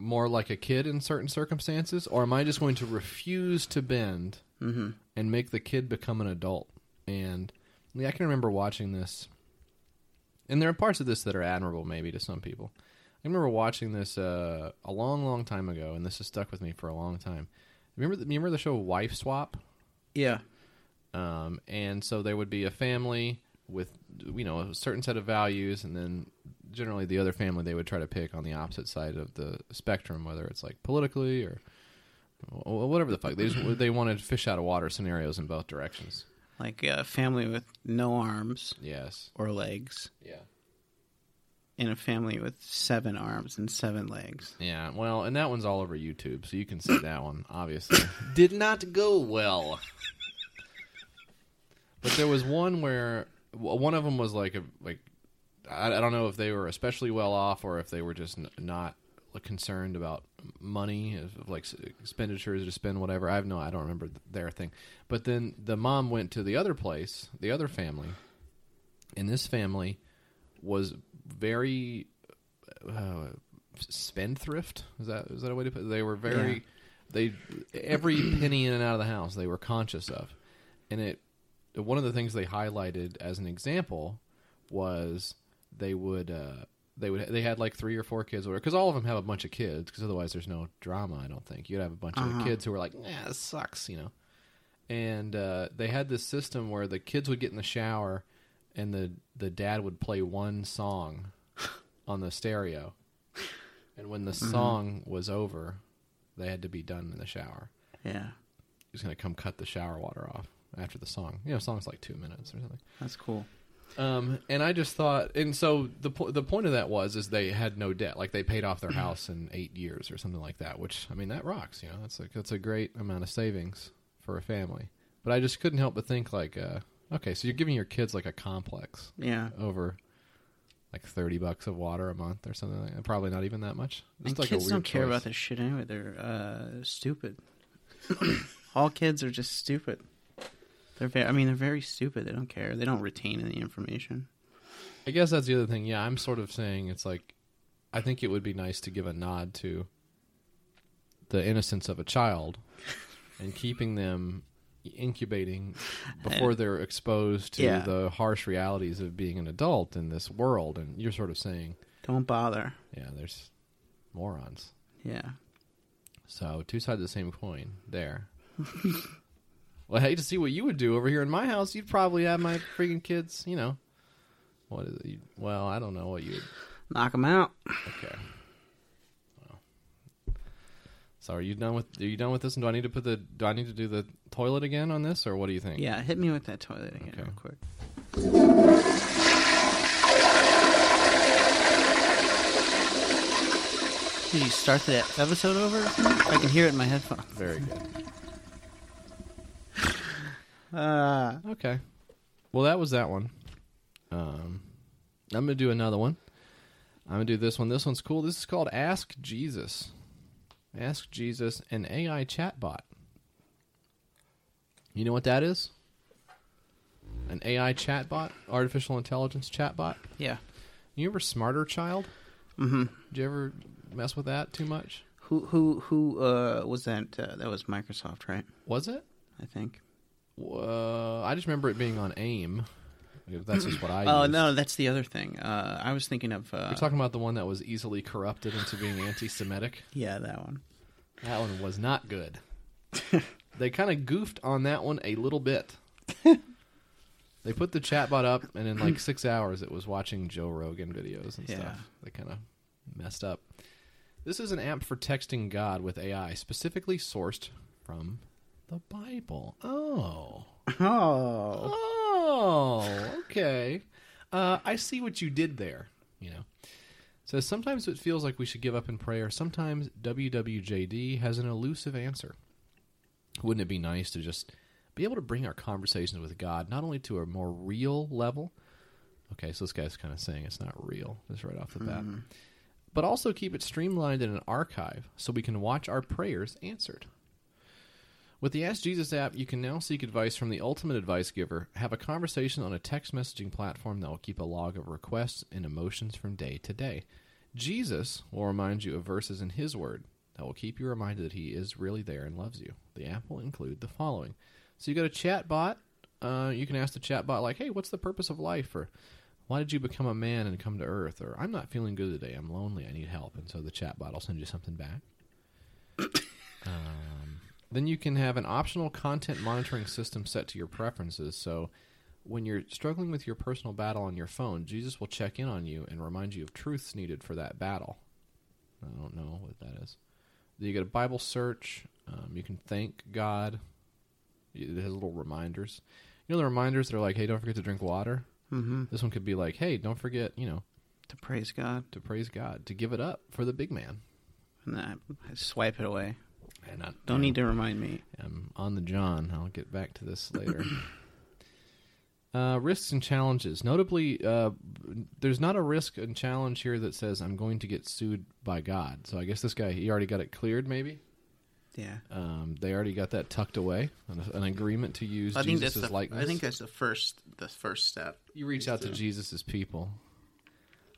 C: more like a kid in certain circumstances, or am I just going to refuse to bend and make the kid become an adult? And yeah, I can remember watching this, and there are parts of this that are admirable, maybe to some people. I remember watching this uh, a long, long time ago, and this has stuck with me for a long time. Remember, the, remember the show Wife Swap?
D: Yeah.
C: Um, and so there would be a family with you know a certain set of values, and then generally the other family they would try to pick on the opposite side of the spectrum, whether it's like politically or or whatever the fuck. They just they wanted fish out of water scenarios in both directions.
D: Like a family with no arms
C: Yes.
D: or legs,
C: Yeah.
D: and a family with seven arms and seven legs.
C: Yeah, well, and that one's all over YouTube, so you can see that one, obviously. Did not go well. But there was one where w- one of them was like a like I, I don't know if they were especially well off or if they were just n- not like, concerned about money, if- if, like s- expenditures to spend whatever. I have no, I don't remember th- their thing. But then the mom went to the other place, the other family, and this family was very uh, spendthrift. Is that is that a way to put? it? They were very they every penny in and out of the house they were conscious of, and it one of the things they highlighted as an example was they would uh, they would they had like three or four kids or because all of them have a bunch of kids because otherwise there's no drama. I don't think you'd have a bunch of the kids who were like, nah, this sucks, you know and uh, they had this system where the kids would get in the shower and the the dad would play one song on the stereo and when the song was over they had to be done in the shower
D: Yeah,
C: he was going to come cut the shower water off after the song you know song's like two minutes or something
D: that's cool.
C: um, and i just thought and so the, po- the point of that was is they had no debt like they paid off their
D: Mm-hmm.
C: house in eight years or something like that which i mean that rocks you know that's like that's a great amount of savings for a family but i just couldn't help but think like uh, okay so you're giving your kids like a complex
D: Yeah.
C: over like 30 bucks of water a month or something like that. probably not even that much It's
D: And
C: like a
D: kids don't
C: weird
D: care
C: choice.
D: about this shit anyway. They're uh, stupid. All kids are just stupid. They're very, I mean, they're very stupid. They don't care. They don't retain any information.
C: I guess that's the other thing. Yeah, I'm sort of saying it's like I think it would be nice to give a nod to the innocence of a child and keeping them incubating before they're exposed to
D: Yeah.
C: the harsh realities of being an adult in this world and you're sort of saying,
D: Don't bother.
C: yeah, there's morons.
D: Yeah.
C: So, two sides of the same coin there. well, I hate to see what you would do over here in my house. You'd probably have my freaking kids, you know. What is it? You- Well, I don't know what you would
D: Knock them out.
C: Okay. Well. So are you done with are you done with this? And do I need to put the do I need to do the toilet again on this, or what do you think?
D: Yeah, hit me with that toilet again
C: Okay.
D: real quick. Did you start the episode over? I can hear it in my headphones.
C: Very good.
D: Uh,
C: Okay. Well, that was that one. Um, I'm gonna do another one. I'm gonna do this one. This one's cool. This is called Ask Jesus. Ask Jesus, an AI chatbot. You know what that is? an AI chatbot, artificial intelligence chatbot.
D: Yeah.
C: You remember Smarter Child? Mm-hmm. Did you ever mess with that too much?
D: Who who who uh, was that? Uh, that was Microsoft, right?
C: Was it?
D: I think.
C: Uh, I just remember it being on AIM. If That's just what I.
D: Oh
C: used.
D: no, that's the other thing. Uh, I was thinking of uh,
C: We're talking about the one that was easily corrupted into being anti-Semitic.
D: yeah that one.
C: That one was not good. they kind of goofed on that one a little bit. they put the chatbot up, and in like six hours, it was watching Joe Rogan videos and
D: Yeah.
C: stuff. They kind of messed up. This is an app for texting God with AI, specifically sourced from the Bible. Oh.
D: Oh,
C: Oh, okay. Uh, I see what you did there. You know, so sometimes it feels like we should give up in prayer. Sometimes WWJD has an elusive answer. Wouldn't it be nice to just be able to bring our conversations with God not only to a more real level? Okay, so this guy's kind of saying it's not real, just right off the bat. But also keep it streamlined in an archive so we can watch our prayers answered. With the Ask Jesus app, you can now seek advice from the ultimate advice giver, have a conversation on a text messaging platform that will keep a log of requests and emotions from day to day. Jesus will remind you of verses in His Word that will keep you reminded that He is really there and loves you. The app will include the following. So you got a chat bot. Uh, you can ask the chat bot, like, hey, what's the purpose of life? Or why did you become a man and come to earth? Or I'm not feeling good today. I'm lonely. I need help. And so the chat bot will send you something back. Then you can have an optional content monitoring system set to your preferences. So when you're struggling with your personal battle on your phone, Jesus will check in on you and remind you of truths needed for that battle. I don't know what that is. Then you get a Bible search. Um, you can thank God. It has little reminders. You know the reminders that are like, "Hey, don't forget to drink water." Mm-hmm. This one could be like, "Hey, don't forget, you know,
D: to praise God,
C: to praise God, to give it up for the big man."
D: and then I, I swipe it away.
C: And I,
D: Don't need to remind me.
C: I'm on the John. I'll get back to this later. uh, risks and challenges. Notably, uh, there's not a risk and challenge here that says I'm going to get sued by God. So I guess this guy he already got it cleared. Maybe
D: Yeah,
C: um, they already got that tucked away. An, an agreement to use
D: I think
C: Jesus'
D: that's the,
C: likeness.
D: I think that's the first the first step.
C: you reach out to Jesus' people.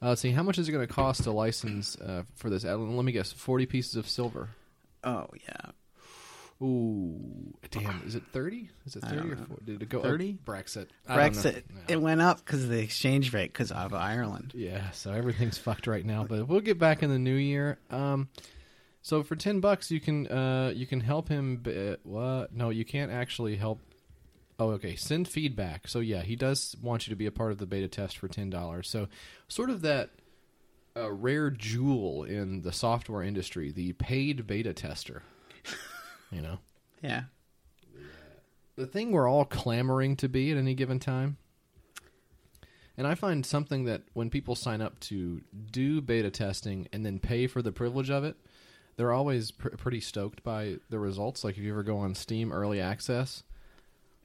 C: Uh, let's see, how much is it going to cost to license uh, for this? Uh, Let me guess, forty pieces of silver.
D: Oh yeah,
C: Ooh, damn! Is it thirty? Is it thirty or 40? did it go up?
D: 30?
C: Brexit. I don't know.
D: Brexit. It went up because of the exchange rate because of Ireland.
C: Yeah, so everything's fucked right now, but we'll get back in the new year. Um, so for ten bucks, you can uh, you can help him. b- What? No, you can't actually help. Oh, okay. Send feedback. So yeah, he does want you to be a part of the beta test for ten dollars. So sort of that uh, rare jewel in the software industry, the paid beta tester. you know,
D: Yeah,
C: the thing we're all clamoring to be at any given time. And I find something that when people sign up to do beta testing and then pay for the privilege of it, they're always pr- pretty stoked by the results. Like if you ever go on Steam Early Access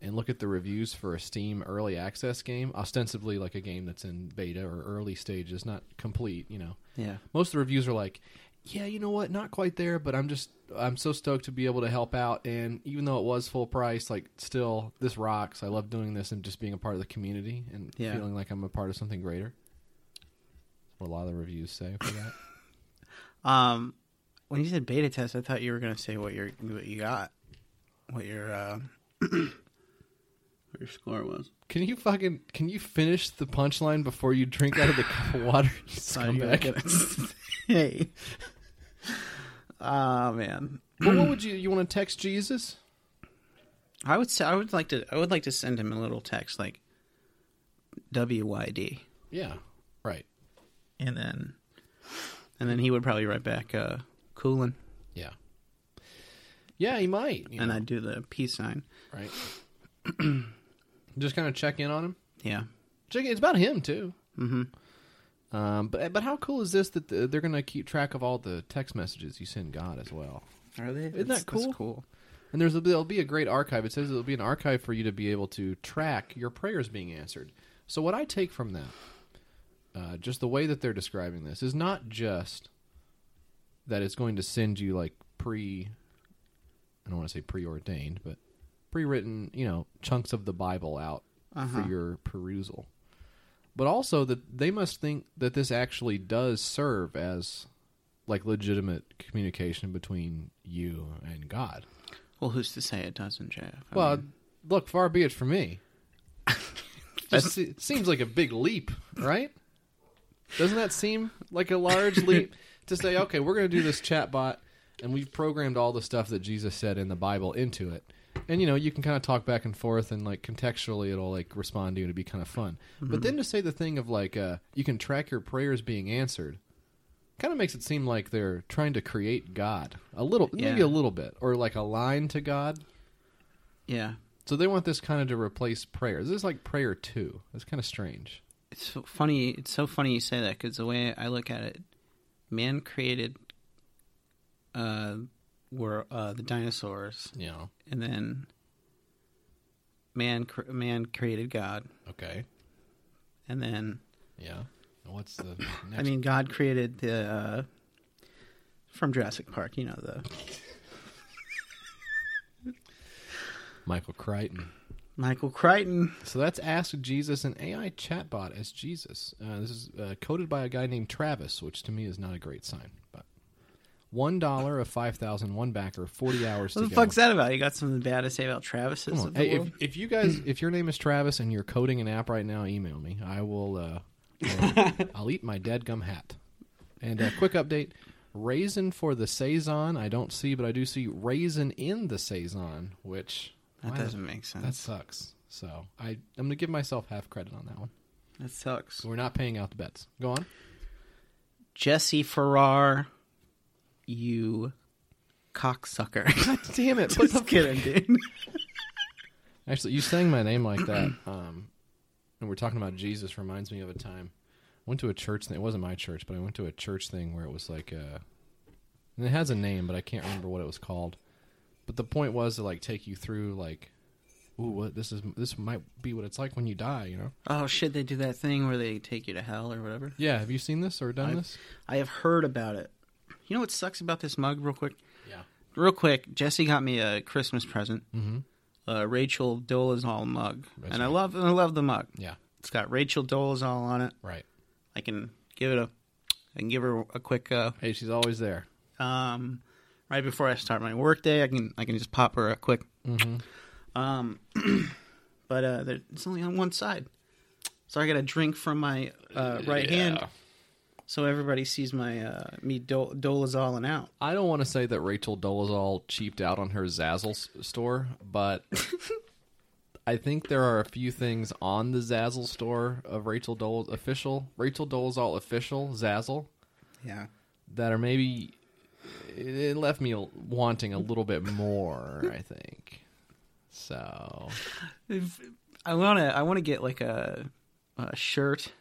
C: and look at the reviews for a Steam Early Access game, ostensibly like a game that's in beta or early stages, not complete, you know
D: yeah.
C: most of the reviews are like yeah you know what not quite there but i'm just i'm so stoked to be able to help out and even though it was full price like still this rocks i love doing this and just being a part of the community and
D: Yeah.
C: feeling like i'm a part of something greater That's what a lot of the reviews say for that
D: Um, when you said beta test, I thought you were gonna say what your what you got, what your uh, what your score was.
C: can you fucking can you finish the punchline before you drink out of the cup of water
D: Thought you were
C: Scumbag.
D: gonna say- Oh man,
C: But what would you you want to text jesus
D: I would say I would like to I would like to send him a little text like WYD,
C: yeah right
D: and then and then he would probably write back uh, coolin,
C: yeah yeah he might you
D: and
C: know,
D: I'd do the peace sign.
C: right just kind of check in on him
D: Yeah,
C: Chicken- It's about him too. Mm-hmm. Um, but but how cool is this that the, they're gonna keep track of all the text messages you send God as well?
D: are they?
C: Isn't that cool?
D: cool.
C: And there's a, there'll be a great archive. It says there'll be an archive for you to be able to track your prayers being answered. So what I take from that, uh, just the way that they're describing this, is not just that it's going to send you like pre, I don't want to say preordained, but pre-written, you know, chunks of the Bible out for your perusal. But also that they must think that this actually does serve as like legitimate communication between you and God.
D: Well, who's to say it doesn't, Jeff? I
C: Well,
D: mean,
C: look, far be it from me. Just se- seems like a big leap, right? Doesn't that seem like a large leap to say, okay, we're going to do this chatbot, and we've programmed all the stuff that Jesus said in the Bible into it, and you know, you can kind of talk back and forth, and like contextually, it'll like respond to you, and it'd be kind of fun.
D: Mm-hmm.
C: But then to say the thing of like, uh, you can track your prayers being answered, kind of makes it seem like they're trying to create God a little, maybe
D: Yeah.
C: a little bit, or like a line to God.
D: yeah,
C: So they want this kind of to replace prayer. This is like prayer two. That's kind of strange.
D: it's so funny. It's so funny you say that because the way I look at it, man created, uh, were uh, the dinosaurs,
C: You know.
D: and then man cr- man created God,
C: Okay.
D: and then
C: Yeah. And What's the? Next?
D: I mean God created the uh, from Jurassic Park, you know the
C: Michael Crichton.
D: Michael Crichton.
C: So that's Ask Jesus, an AI chatbot as Jesus. Uh, this is uh, coded by a guy named Travis, which to me is not a great sign. But one dollar of five thousand, one backer, forty hours.
D: What
C: to
D: the
C: go.
D: fuck's that about? You got something bad to say about Travis's?
C: Come on.
D: of the
C: Hey, if,
D: world?
C: if you guys, if your name is Travis and you're coding an app right now, email me. I will. Uh, I'll eat my dadgum hat. And a quick update: raisin for the saison. I don't see, but I do see raisin in the saison, which
D: that
C: why the-
D: doesn't make sense.
C: That sucks. So I, I'm gonna give myself half credit on that one.
D: that sucks.
C: We're not paying out the bets. Go on.
D: Jesse Farrar, you cocksucker.
C: Damn it!
D: Just kidding, dude.
C: Actually, you saying my name like that, um, and we're talking about Jesus reminds me of a time. I went to a church thing. It wasn't my church, but I went to a church thing where it was like a. And it has a name, but I can't remember what it was called. But the point was to like take you through like, ooh, what this is. This might be what it's like when you die. You know?
D: Oh shit, they do that thing where they take you to hell or whatever.
C: Yeah. Have you seen this or done this?
D: I have heard about it. You know what sucks about this mug, real quick?
C: Yeah.
D: Real quick, Jesse got me a Christmas present. Mm-hmm. Uh, Rachel Dolezal mug,
C: That's
D: and I
C: right.
D: love and I love the mug.
C: Yeah.
D: It's got Rachel Dolezal on it.
C: Right.
D: I can give it a, I can give her a quick uh,
C: Hey, she's always there.
D: um, right before I start my work day. I can I can just pop her a quick. Um, but uh, there, it's only on one side, so I got to drink from my uh, right hand, so everybody sees my uh, me do- dolazoling out.
C: I don't want to say that Rachel Dolezal cheaped out on her Zazzle s- store, but I think there are a few things on the Zazzle store of Rachel Dolezal official, Rachel Dolezal official Zazzle
D: Yeah,
C: that are maybe it, it left me wanting a little bit more. I think so.
D: I wanna I wanna get like a, a shirt.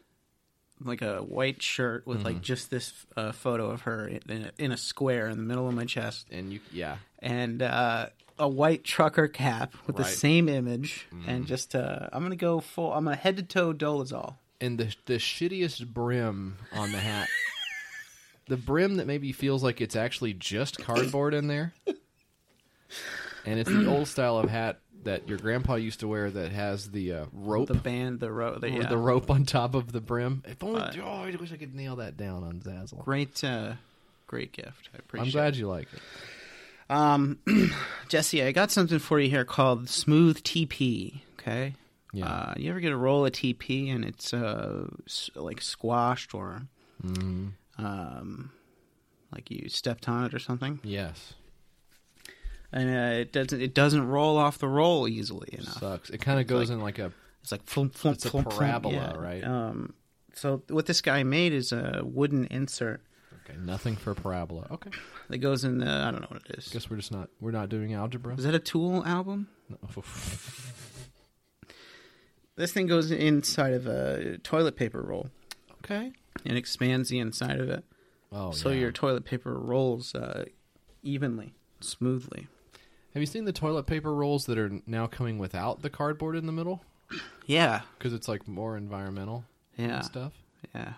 D: Like a white shirt with like just this uh, photo of her in, in, a, in a square in the middle of my chest,
C: And you, yeah,
D: and uh, a white trucker cap with the
C: Right. Mm-hmm.
D: same image, and just uh, I'm gonna go full. I'm a head to toe Dolezal.
C: and the the shittiest brim on the hat. the brim that maybe feels like it's actually just cardboard in there. And it's the old style of hat that your grandpa used to wear that has the uh, rope
D: The band, the row, the,
C: or
D: yeah.
C: the rope on top of the brim. If only oh, I wish I could nail that down on Zazzle.
D: great, uh, great gift. I appreciate.
C: I'm glad you like it.
D: it. Jesse. I got something for you here called Smooth TP. Okay.
C: Yeah.
D: Uh, you ever get a roll of TP and it's uh, s- like squashed or um,
C: Mm-hmm.
D: like you stepped on it or something,
C: Yes.
D: and uh, it doesn't it doesn't roll off the roll easily enough.
C: Sucks. It kind of goes in like a
D: It's like flump, flump,
C: It's a
D: flump, flump.
C: parabola,
D: Yeah.
C: right?
D: Um, so what this guy made is a wooden insert
C: okay, nothing for parabola. Okay.
D: that goes in the I don't know what it is.
C: Guess we're just not we're not doing algebra.
D: is that a Tool album? This thing goes inside of a toilet paper roll
C: okay.
D: and expands the inside of it,
C: Oh,
D: so
C: yeah.
D: your toilet paper rolls uh, evenly, smoothly.
C: Have you seen the toilet paper rolls that are now coming without the cardboard in the middle?
D: Yeah,
C: Because it's like more environmental
D: yeah,
C: stuff.
D: yeah.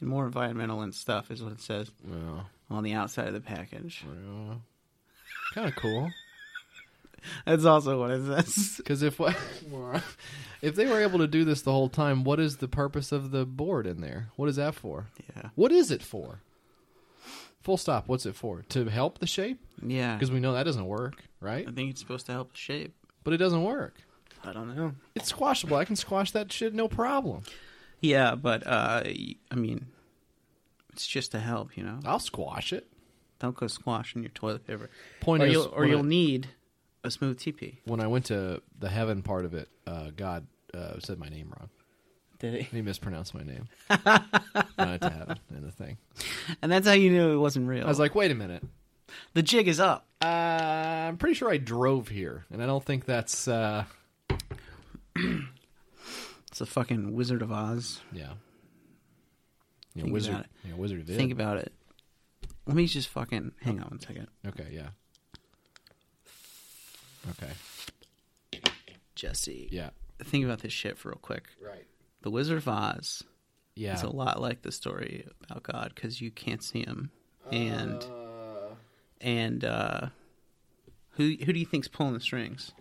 D: And more environmental and stuff is what it says
C: Yeah.
D: on the outside of the package.
C: Kind of cool.
D: That's also what it says.
C: Because if what if they were able to do this the whole time, what is the purpose of the board in there? What is that for?
D: Yeah.
C: What is it for? Full stop. What's it for? To help the shape?
D: Yeah.
C: Because we know that doesn't work, right?
D: I think it's supposed to help the shape.
C: But it doesn't work.
D: I don't know.
C: It's squashable. I can squash that shit no problem.
D: Yeah, but uh, y- I mean, it's just to help, you know.
C: I'll squash it.
D: Don't go squashing your toilet paper.
C: Point
D: or
C: is,
D: you'll, or
C: when
D: you'll
C: I-
D: need a smooth teepee.
C: When I went to the heaven part of it, uh, God uh, said my name wrong.
D: Did
C: He mispronounced my name. I had to heaven in the thing.
D: And that's how you knew it wasn't real.
C: I was like, wait a minute.
D: the jig is up.
C: Uh, I'm pretty sure I drove here, and I don't think that's. Uh,
D: It's a fucking Wizard of Oz.
C: Yeah. Yeah,
D: Think
C: wizard.
D: about it.
C: Yeah, wizard of
D: Think
C: Id.
D: about it. Let me just fucking hang on one second.
C: Okay, yeah. Okay,
D: Jesse.
C: yeah.
D: Think about this shit for real quick.
C: Right.
D: The Wizard of Oz
C: Yeah.
D: is a lot like the story about God because you can't see him. And and uh who who do you think's pulling the strings?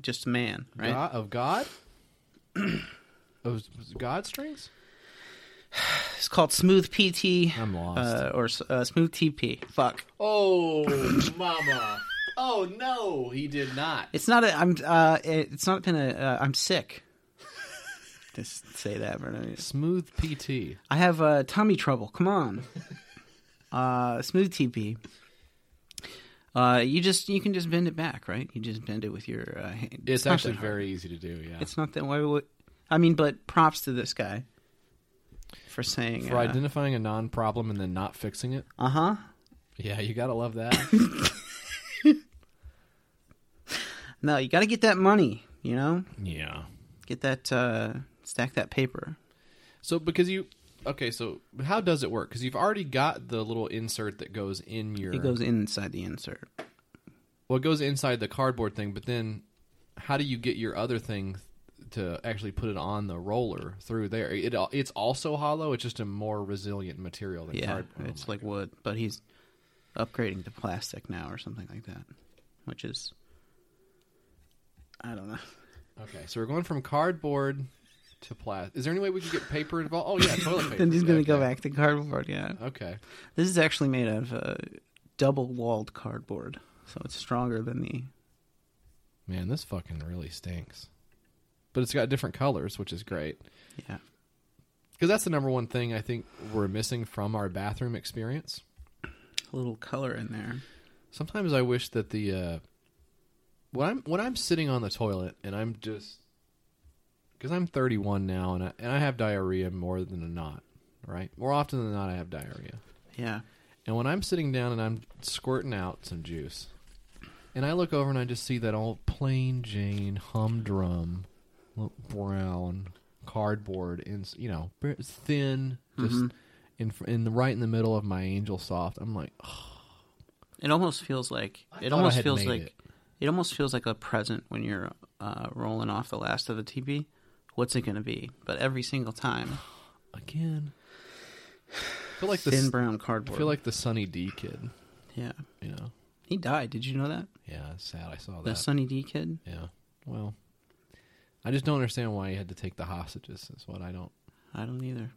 D: Just a man, right?
C: God, of God? of God strings?
D: It's called Smooth PT.
C: I'm lost.
D: Uh, or s- uh, Smooth TP. Fuck.
C: Oh, mama. Oh, no, he did not.
D: It's not a. I'm. Uh. it- It's not been a. Uh, I'm sick. Just say that for now.
C: Smooth PT.
D: I have uh, tummy trouble. Come on. uh, smooth TP. Uh, you just you can just bend it back, right? You just bend it with your uh, hand.
C: It's,
D: not
C: actually
D: that hard.
C: very easy to do, yeah.
D: It's not that. Why would? I mean, but props to this guy for saying.
C: For
D: Uh
C: identifying a non problem and then not fixing it.
D: huh.
C: Yeah, you gotta love that.
D: No, you got to get that money. You know,
C: yeah.
D: get that uh, stack that paper.
C: So because you okay, so how does it work? Because you've already got the little insert that goes in your
D: It goes inside the insert.
C: well, it goes inside the cardboard thing. But then, how do you get your other thing to actually put it on the roller through there? It al- it's also hollow. It's just a more resilient material than
D: Yeah,
C: cardboard.
D: it's like wood, but he's upgrading to plastic now or something like that, which is I don't know.
C: okay, so we're going from cardboard to plastic. Is there any way we could get paper involved? Oh yeah, toilet paper.
D: Then he's gonna go
C: Okay.
D: back to cardboard. Yeah,
C: Okay,
D: this is actually made out of uh, double-walled cardboard, so it's stronger than the.
C: man, this fucking really stinks. But it's got different colors, which is great.
D: Yeah,
C: Because that's the number one thing I think we're missing from our bathroom experience.
D: little color in there.
C: Sometimes I wish that the uh, when I'm when I'm sitting on the toilet and I'm just because I'm 31 now and I and I have diarrhea more than not, right? More often than not, I have diarrhea.
D: Yeah,
C: And when I'm sitting down and I'm squirting out some juice, and I look over and I just see that old plain Jane humdrum, little brown cardboard, and you know, very thin, just
D: Mm-hmm.
C: in fr- in the right in the middle of my angel soft. I'm like, "Ugh,
D: it almost feels like
C: thought
D: it
C: I
D: almost
C: had
D: feels
C: made
D: like
C: it.
D: it. almost feels like a present when you're uh, rolling off the last of the TP. What's it gonna be? But every single time,
C: again. I feel like the
D: thin
C: s-
D: brown
C: I
D: cardboard.
C: feel like the Sunny D kid.
D: yeah,
C: You know,
D: he died. Did you know that?
C: yeah, it's sad. I saw
D: The
C: that.
D: Sunny D kid.
C: yeah, well, I just don't understand why he had to take the hostages. Is what I don't.
D: I don't either.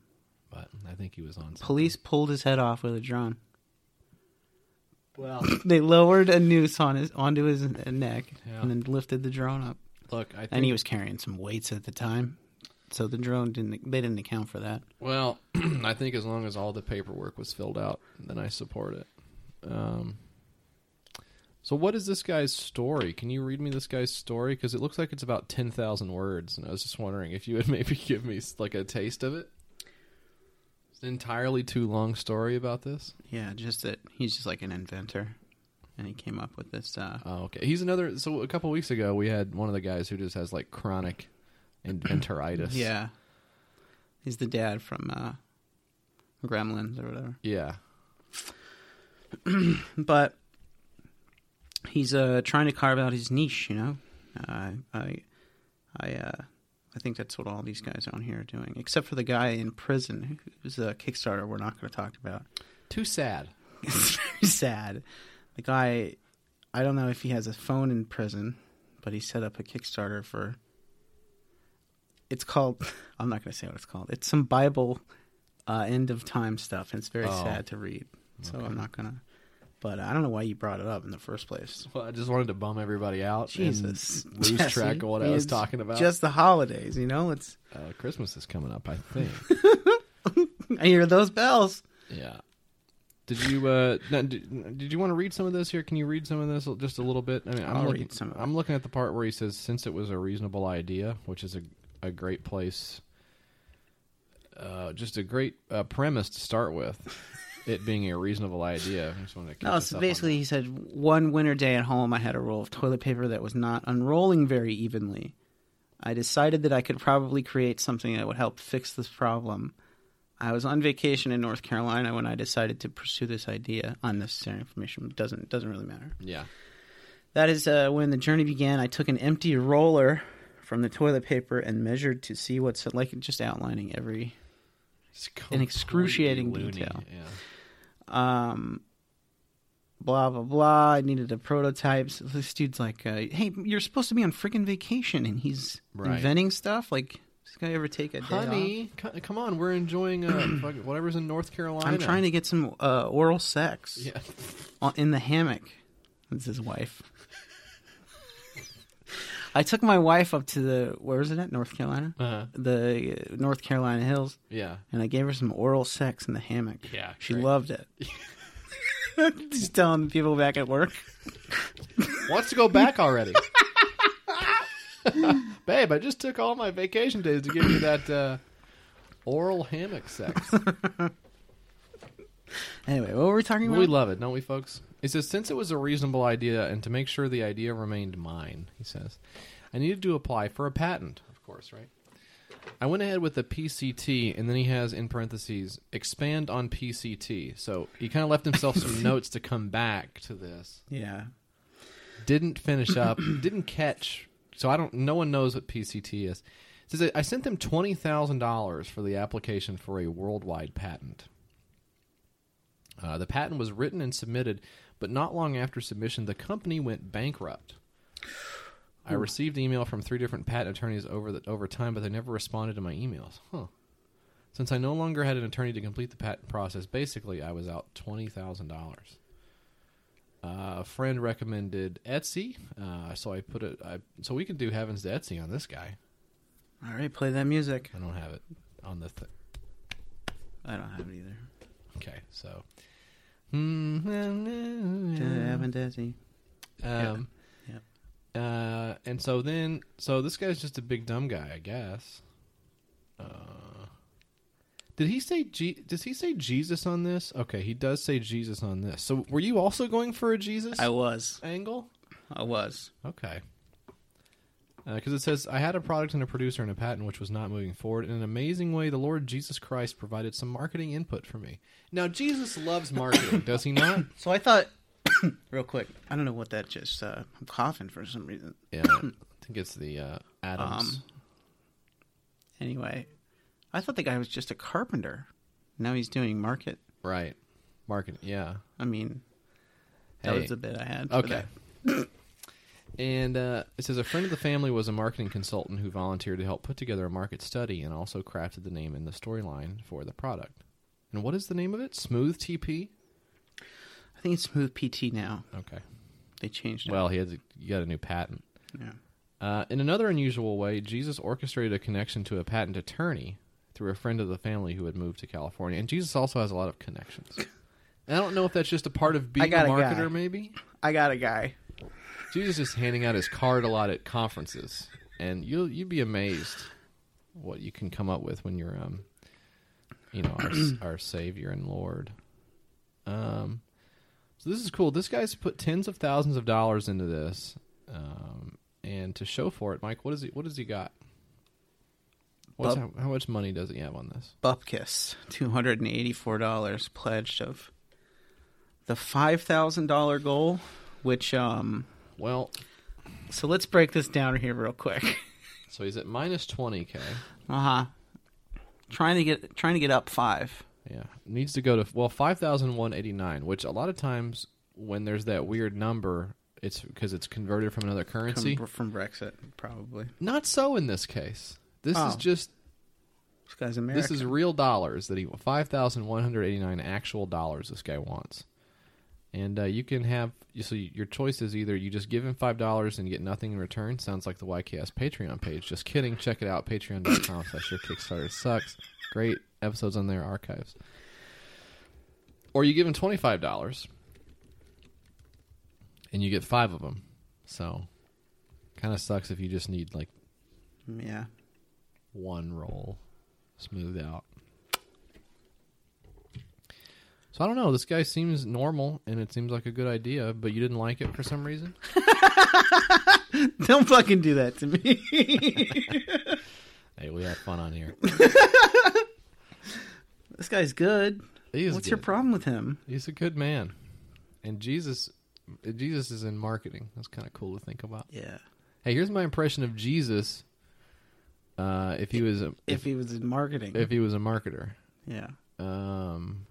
C: But I think he was on. something.
D: Police pulled his head off with a drone. Well, they lowered a noose on his onto his neck
C: Yeah.
D: and then lifted the drone up.
C: Look, I think
D: And he was carrying some weights at the time, so the drone didn't. They didn't account for that.
C: Well, I think as long as all the paperwork was filled out, then I support it. Um, so, what is this guy's story? Can you read me this guy's story? Because it looks like it's about ten thousand words, and I was just wondering if you would maybe give me like a taste of it. It's an entirely too long story about this.
D: Yeah, just that he's just like an inventor, and he came up with this. Uh,
C: Oh, okay. He's another. So, a couple weeks ago, we had one of the guys who just has like chronic inventoritis.
D: yeah, he's the dad from uh, Gremlins or whatever.
C: Yeah.
D: but he's uh, trying to carve out his niche. You know, uh, I, I, uh, I think that's what all these guys on here are doing, except for the guy in prison who's a Kickstarter we're not going to talk about.
C: Too sad.
D: It's very sad. The guy, I don't know if he has a phone in prison, but he set up a Kickstarter for. It's called. I'm not going to say what it's called. It's some Bible, uh, end of time stuff, and it's very
C: Oh.
D: sad to read. So I'm not going to. But I don't know why you brought it up in the first place.
C: Well, I just wanted to bum everybody out. and
D: Jesus,
C: lose
D: Jesse.
C: track of what I
D: mean,
C: was
D: it's
C: talking about.
D: Just the holidays, you know. It's
C: uh, Christmas is coming up, I think.
D: I hear those bells.
C: yeah. Did you uh now, did, did you want to read some of this here? Can you read some of this just a little bit? I mean, I'm
D: I'll
C: looking,
D: read some of it.
C: I'm looking at the part where he says since it was a reasonable idea, which is a a great place uh just a great uh, premise to start with. it being a reasonable idea. I just wanted to catch
D: No,
C: us up
D: so
C: on that.
D: basically, he said one winter day at home, I had a roll of toilet paper that was not unrolling very evenly. I decided that I could probably create something that would help fix this problem. I was on vacation in North Carolina when I decided to pursue this idea. Unnecessary information doesn't doesn't really matter.
C: Yeah.
D: That is uh, when the journey began. I took an empty roller from the toilet paper and measured to see what's like, just outlining every
C: It's
D: In excruciating
C: completely
D: detail.
C: Yeah.
D: um, blah blah blah. I needed a prototype. So this dude's like, uh, "Hey, you're supposed to be on freaking vacation, and he's
C: Right.
D: inventing stuff. Like, does this guy ever take a day off?
C: Honey, co- come on, we're enjoying uh, fuck it, whatever's in North Carolina.
D: I'm trying to get some uh, oral sex
C: Yeah.
D: on- in the hammock." That's his wife. I took my wife up to the where is it at North Carolina,
C: Uh-huh.
D: the uh, North Carolina hills,
C: Yeah.
D: and I gave her some oral sex in the hammock.
C: Yeah,
D: she
C: great.
D: loved it. Just telling the people back at work.
C: Wants to go back already. Babe, I just took all my vacation days to give you that uh, oral hammock sex.
D: Anyway, what were we talking about?
C: we love it, don't we, folks? He says, since it was a reasonable idea and to make sure the idea remained mine, he says, I needed to apply for a patent, of course, right? I went ahead with the PCT, and then he has in parentheses, expand on PCT. So he kind of left himself some notes to come back to this.
D: yeah,
C: didn't finish up, didn't catch. So I don't. No one knows what PCT is. It says I sent them twenty thousand dollars for the application for a worldwide patent. Uh, the patent was written and submitted, but not long after submission, the company went bankrupt. I received email from three different patent attorneys over the, over time, but they never responded to my emails. Huh. Since I no longer had an attorney to complete the patent process, basically I was out twenty thousand dollars. A friend recommended Etsy, uh, so I put it. I, so we can do heavens to Etsy on this guy.
D: All right, play that music.
C: I don't have it on the. Th-
D: I don't have it either.
C: okay, so. Mm-hmm.
D: Evan Desi.
C: Um,
D: Yep.
C: Uh, and so then, so this guy's just a big dumb guy, I guess. Uh, did he say? Je- does he say Jesus on this? Okay, he does say Jesus on this. So were you also going for a Jesus
D: I was.
C: angle?
D: I was.
C: Okay. Because it says, I had a product and a producer and a patent which was not moving forward. In an amazing way, the Lord Jesus Christ provided some marketing input for me. Now, Jesus loves marketing, does he not?
D: So I thought, real quick, I don't know what that just, uh, I'm coughing for some reason.
C: Yeah, I think it's the uh, Adams.
D: Anyway, I thought the guy was just a carpenter. Now he's doing market.
C: right. Marketing, yeah.
D: I mean, that
C: Hey.
D: was the bit I had. for
C: Okay.
D: that.
C: and uh, it says a friend of the family was a marketing consultant who volunteered to help put together a market study and also crafted the name and the storyline for the product. And what is the name of it? Smooth TP?
D: I think it's Smooth PT now.
C: Okay.
D: They changed it.
C: Well, he had he got a new patent.
D: Yeah.
C: Uh, in another unusual way, Jesus orchestrated a connection to a patent attorney through a friend of the family who had moved to California. And Jesus also has a lot of connections. And I don't know if that's just a part of being a
D: got a
C: marketer,
D: guy.
C: maybe.
D: I got a guy.
C: Jesus is handing out his card a lot at conferences, and you'll you'd be amazed what you can come up with when you're, um, you know, our, our Savior and Lord. Um, so this is cool. This guy's put tens of thousands of dollars into this, um, and to show for it, Mike, what is he? What has he got? What's, how,
D: Bub-
C: how much money does he have on this?
D: Bupkis, $284 pledged of the $5,000 goal, which, um,
C: Well,
D: So let's break this down here real quick.
C: so he's at minus twenty k.
D: Uh huh. Trying to get trying to get up five.
C: Yeah, needs to go to well five thousand one eighty nine, which a lot of times when there's that weird number, It's because it's converted from another currency.
D: From, from Brexit, probably.
C: Not so in this case. This is
D: Oh.
C: just
D: This guy's American.
C: This is real dollars that he five thousand one hundred eighty nine actual dollars this guy wants, and uh, you can have you- so your choice is either you just give him five dollars and get nothing in return. Sounds like the YKS Patreon page. Just kidding. Check it out. Patreon.com slash your Kickstarter sucks. Great episodes on their archives. Or you give him twenty five dollars, and you get five of them. So, kind of sucks if you just need like
D: yeah.
C: one roll smoothed out. So I don't know. This guy seems normal, and it seems like a good idea, but you didn't like it for some reason.
D: Don't fucking do that to me.
C: Hey, we have fun on here.
D: this guy's good.
C: He is
D: What's your
C: good.
D: problem with him?
C: He's a good man, and Jesus, Jesus is in marketing. That's kind of cool to think about.
D: Yeah.
C: Hey, here's my impression of Jesus. Uh, if he was a,
D: If he was in marketing.
C: if he was a marketer,
D: yeah.
C: um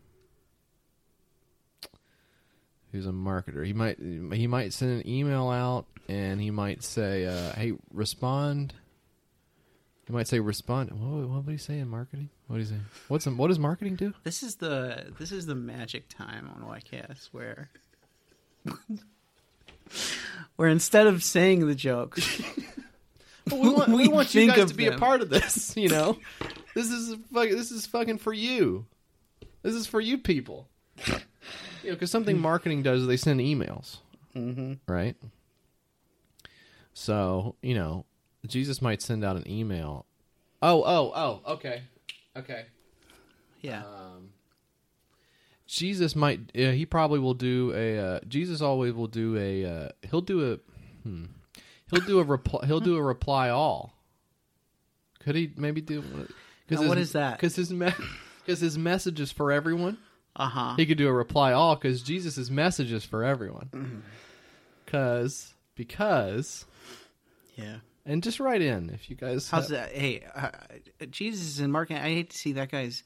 C: who's a marketer he might he might send an email out and he might say uh, hey respond he might say respond what, what would he say in marketing what do you say what's what does marketing do
D: This is the this is the magic time on YKS where where instead of saying the jokes,
C: we want,
D: we want you guys to be a part
C: of this you know this is fuck- this is fucking for you this is for you people you know because something marketing does is they send emails mm-hmm. right so you know jesus might send out an email oh oh oh okay okay
D: yeah,
C: jesus might yeah, he probably will do a uh, jesus always will do a uh, he'll do a hmm, he'll do a reply he'll do a reply all could he maybe do
D: Now, what is that?
C: because his me- cause his message is for everyone
D: uh huh,
C: he could do a reply all because Jesus' message is for
D: Mm-hmm.
C: everyone. Because, because,
D: yeah.
C: and just write in if you guys.
D: How's
C: have-
D: that? Hey, uh, Jesus in marketing. I hate to see that guy's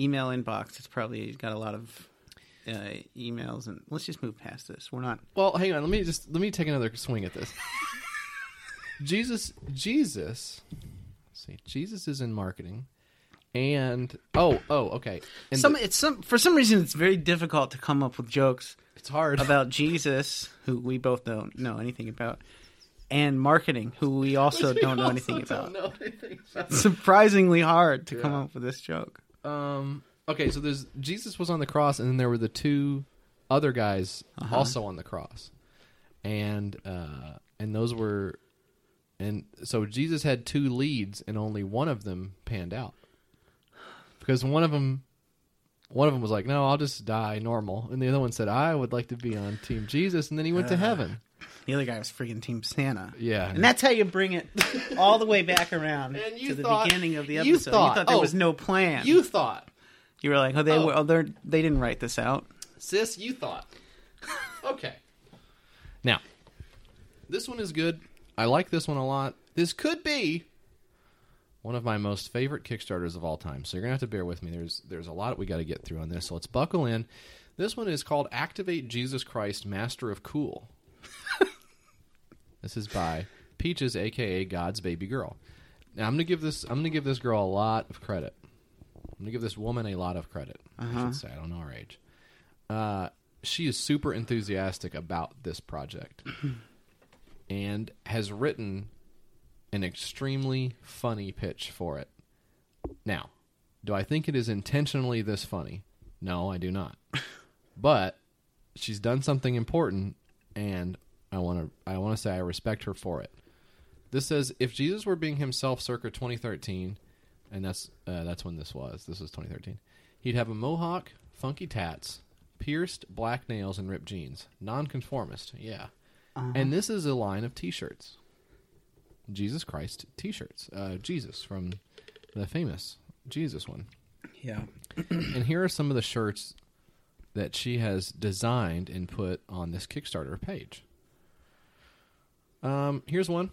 D: email inbox. It's probably got a lot of uh, emails, and let's just move past this. We're not.
C: Well, hang on. Let me just let me take another swing at this. Jesus, Jesus. let's see, Jesus is in marketing, and oh, oh, okay. And
D: Some
C: the-
D: it's some for some reason it's very difficult to come up with jokes
C: it's hard.
D: about Jesus, who we both don't know anything about, and marketing, who we also don't know anything about. Surprisingly hard to come up with this joke.
C: Um. Okay, so there's Jesus was on the cross, and then there were the two other guys also on the cross, and uh, and those were, and so Jesus had two leads, and only one of them panned out, because one of them, one of them was like, "No, I'll just die normal," and the other one said, "I would like to be on Team Jesus," and then he went to heaven.
D: The other guy was freaking Team Santa.
C: Yeah.
D: And that's how you bring it all the way back around
C: And you
D: to the
C: thought-
D: beginning of the episode.
C: you
D: You
C: thought,
D: thought, there
C: oh,
D: was no plan.
C: You thought,
D: You were like, oh, they were, oh, they're, they didn't write this out.
C: sis, you thought. Okay. Now, this one is good. I like this one a lot. This could be one of my most favorite Kickstarters of all time. So you're gonna have to bear with me. There's there's a lot we got to get through on this. So let's buckle in. This one is called "Activate Jesus Christ, Master of Cool." this is by Peaches, aka God's baby girl. Now I'm gonna give this I'm gonna give this girl a lot of credit. I'm gonna give this woman a lot of credit. I should say I don't know her age. Uh, she is super enthusiastic about this project and has written an extremely funny pitch for it. Now, do I think it is intentionally this funny? No, I do not. but she's done something important and I want to I want to say I respect her for it. This says if Jesus were being himself circa 2013, and that's uh, that's when this was. This was 2013. He'd have a mohawk, funky tats, pierced black nails, and ripped jeans. Nonconformist, yeah. And this is a line of T-shirts. Jesus Christ T-shirts. Uh, Jesus from the famous Jesus one.
D: Yeah.
C: And here are some of the shirts that she has designed and put on this Kickstarter page. Um, here's one.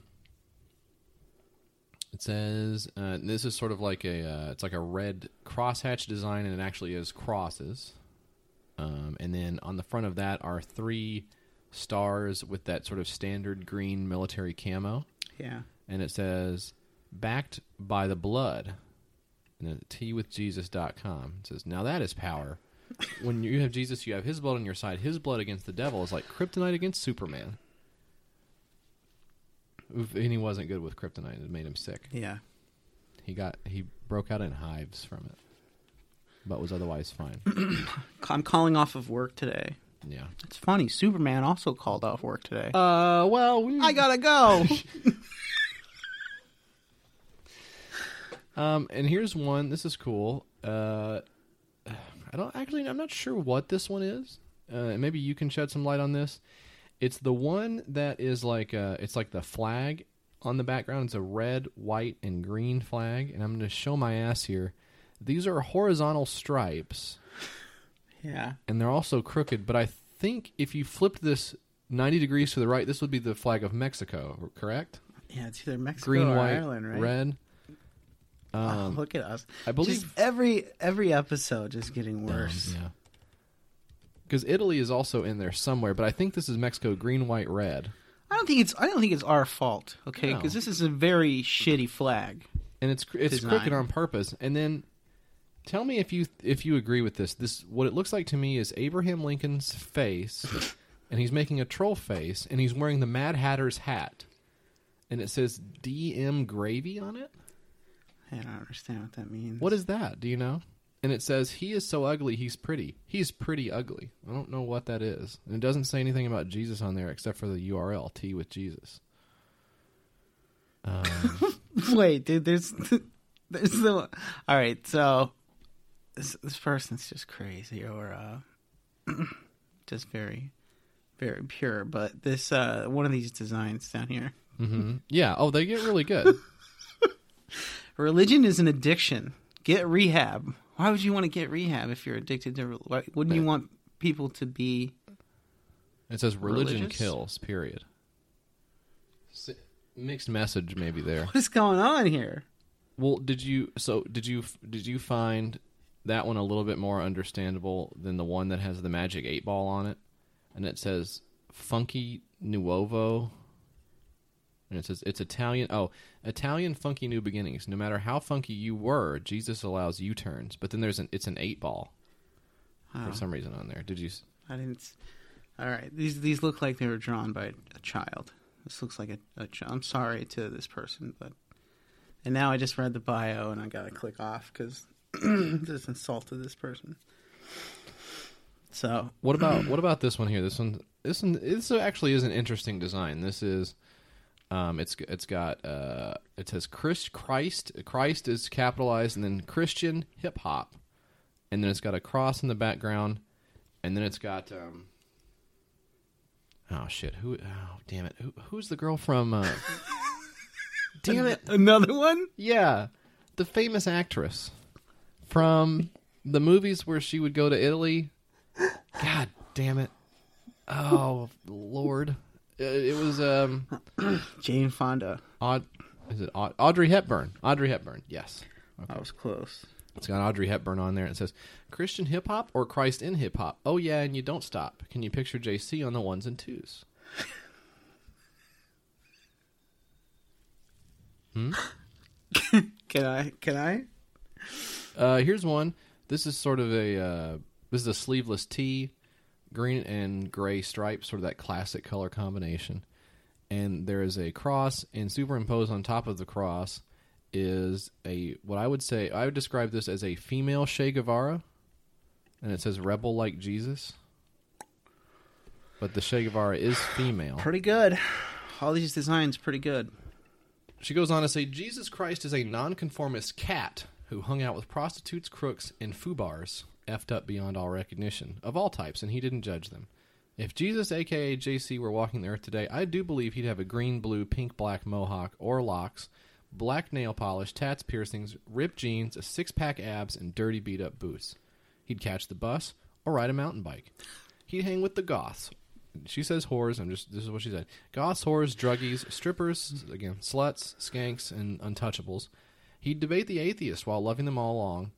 C: It says uh, and this is sort of like a uh, it's like a red crosshatch design, and it actually is crosses. Um, and then on the front of that are three stars with that sort of standard green military camo,
D: Yeah.
C: and it says backed by the blood. And then teawithjesus.com It says, now that is power. when you have Jesus, you have his blood on your side. His blood against the devil is like kryptonite against Superman. Oof, And he wasn't good with kryptonite. It made him sick.
D: Yeah.
C: He got he broke out in hives from it, but was otherwise fine.
D: I'm calling off of work today.
C: Yeah.
D: It's funny. Superman also called off work today.
C: Uh, well, we,
D: I gotta go.
C: um, and here's one. This is cool. Uh, I don't actually. I'm not sure what this one is. Uh, maybe you can shed some light on this. It's the one that is like uh, it's like the flag on the background. It's a red, white, and green flag. And I'm going to show my ass here. These are horizontal stripes.
D: yeah.
C: and they're also crooked. But I think if you flipped this 90 degrees to the right, this would be the flag of Mexico, correct?
D: Yeah. It's either Mexico
C: Green,
D: or
C: white,
D: Ireland, right?
C: red.
D: Oh, look at us.
C: Um, I believe-
D: Just every every episode just getting worse.
C: Yeah. Because Italy is also in there somewhere, but I think this is Mexico green, white, red.
D: I don't think it's I don't think it's our fault, okay?
C: No.
D: Because this is a very shitty flag.
C: And it's it's
D: Design.
C: crooked on purpose. And then tell me if you if you agree with this. This what it looks like to me is Abraham Lincoln's face and he's making a troll face and he's wearing the Mad Hatter's hat. And it says DM gravy on it.
D: I don't understand what that means.
C: What is that? Do you know? And it says he is so ugly, he's pretty. He's pretty ugly. I don't know what that is. And it doesn't say anything about Jesus on there except for the URL T with Jesus.
D: Wait, dude, there's there's the All right, so this this person's just crazy or uh just very very pure, but this uh one of these designs down here.
C: Yeah. Oh, they get really good.
D: Religion is an addiction. Get rehab. Why would you want to get rehab if you're addicted to rel- why wouldn't you want people to be
C: it says religion
D: Religious?
C: kills. Period. S- mixed message maybe there.
D: What is going on here?
C: Well, did you? So did you? Did you find that one a little bit more understandable than the one that has the magic eight ball on it, and it says "funky nuovo," and it says it's Italian. Oh, Italian funky new beginnings. No matter how funky you were, Jesus allows U turns. But then there's an it's an eight ball for some reason on there. Did you? s-
D: I didn't. s- All right, these these look like they were drawn by a child. This looks like a, a child. I'm sorry to this person, but and now I just read the bio and I gotta click off because this insulted this person. So
C: What about what about this one here? This one this one this actually is an interesting design. This is um it's it's got uh it says Christ Christ Christ is capitalized and then Christian hip hop. And then it's got a cross in the background and then it's got um Oh shit, who oh damn it. Who who's the girl from uh Damn it.
D: another one.
C: Yeah. The famous actress from the movies where she would go to Italy. God damn it. Oh, Lord. Uh, It was um
D: Jane Fonda.
C: Aud- is it Aud- Audrey Hepburn. Audrey Hepburn. Yes.
D: I was close.
C: It's got Audrey Hepburn on there and it says Christian hip hop or Christ in hip hop. Oh yeah, and you don't stop. Can you picture JC on the ones and twos?
D: Can I? Can I?
C: Uh, here's one. This is sort of a uh, this is a sleeveless tee, green and gray stripes, sort of that classic color combination. And there is a cross, and superimposed on top of the cross is a what I would say I would describe this as a female Che Guevara, and it says "Rebel like Jesus." But the Che Guevara is female.
D: Pretty good. All these designs pretty good.
C: She goes on to say, Jesus Christ is a nonconformist cat who hung out with prostitutes, crooks, and foobars, effed up beyond all recognition, of all types, and he didn't judge them. If Jesus, aka JC, were walking the earth today, I do believe he'd have a green, blue, pink, black mohawk or locks, black nail polish, tats, piercings, ripped jeans, a six pack abs, and dirty beat up boots. He'd catch the bus or ride a mountain bike. He'd hang with the goths. She says whores. I'm just. This is what she said. Goths, whores, druggies, strippers, again, sluts, skanks, and untouchables. He'd debate the atheists while loving them all along.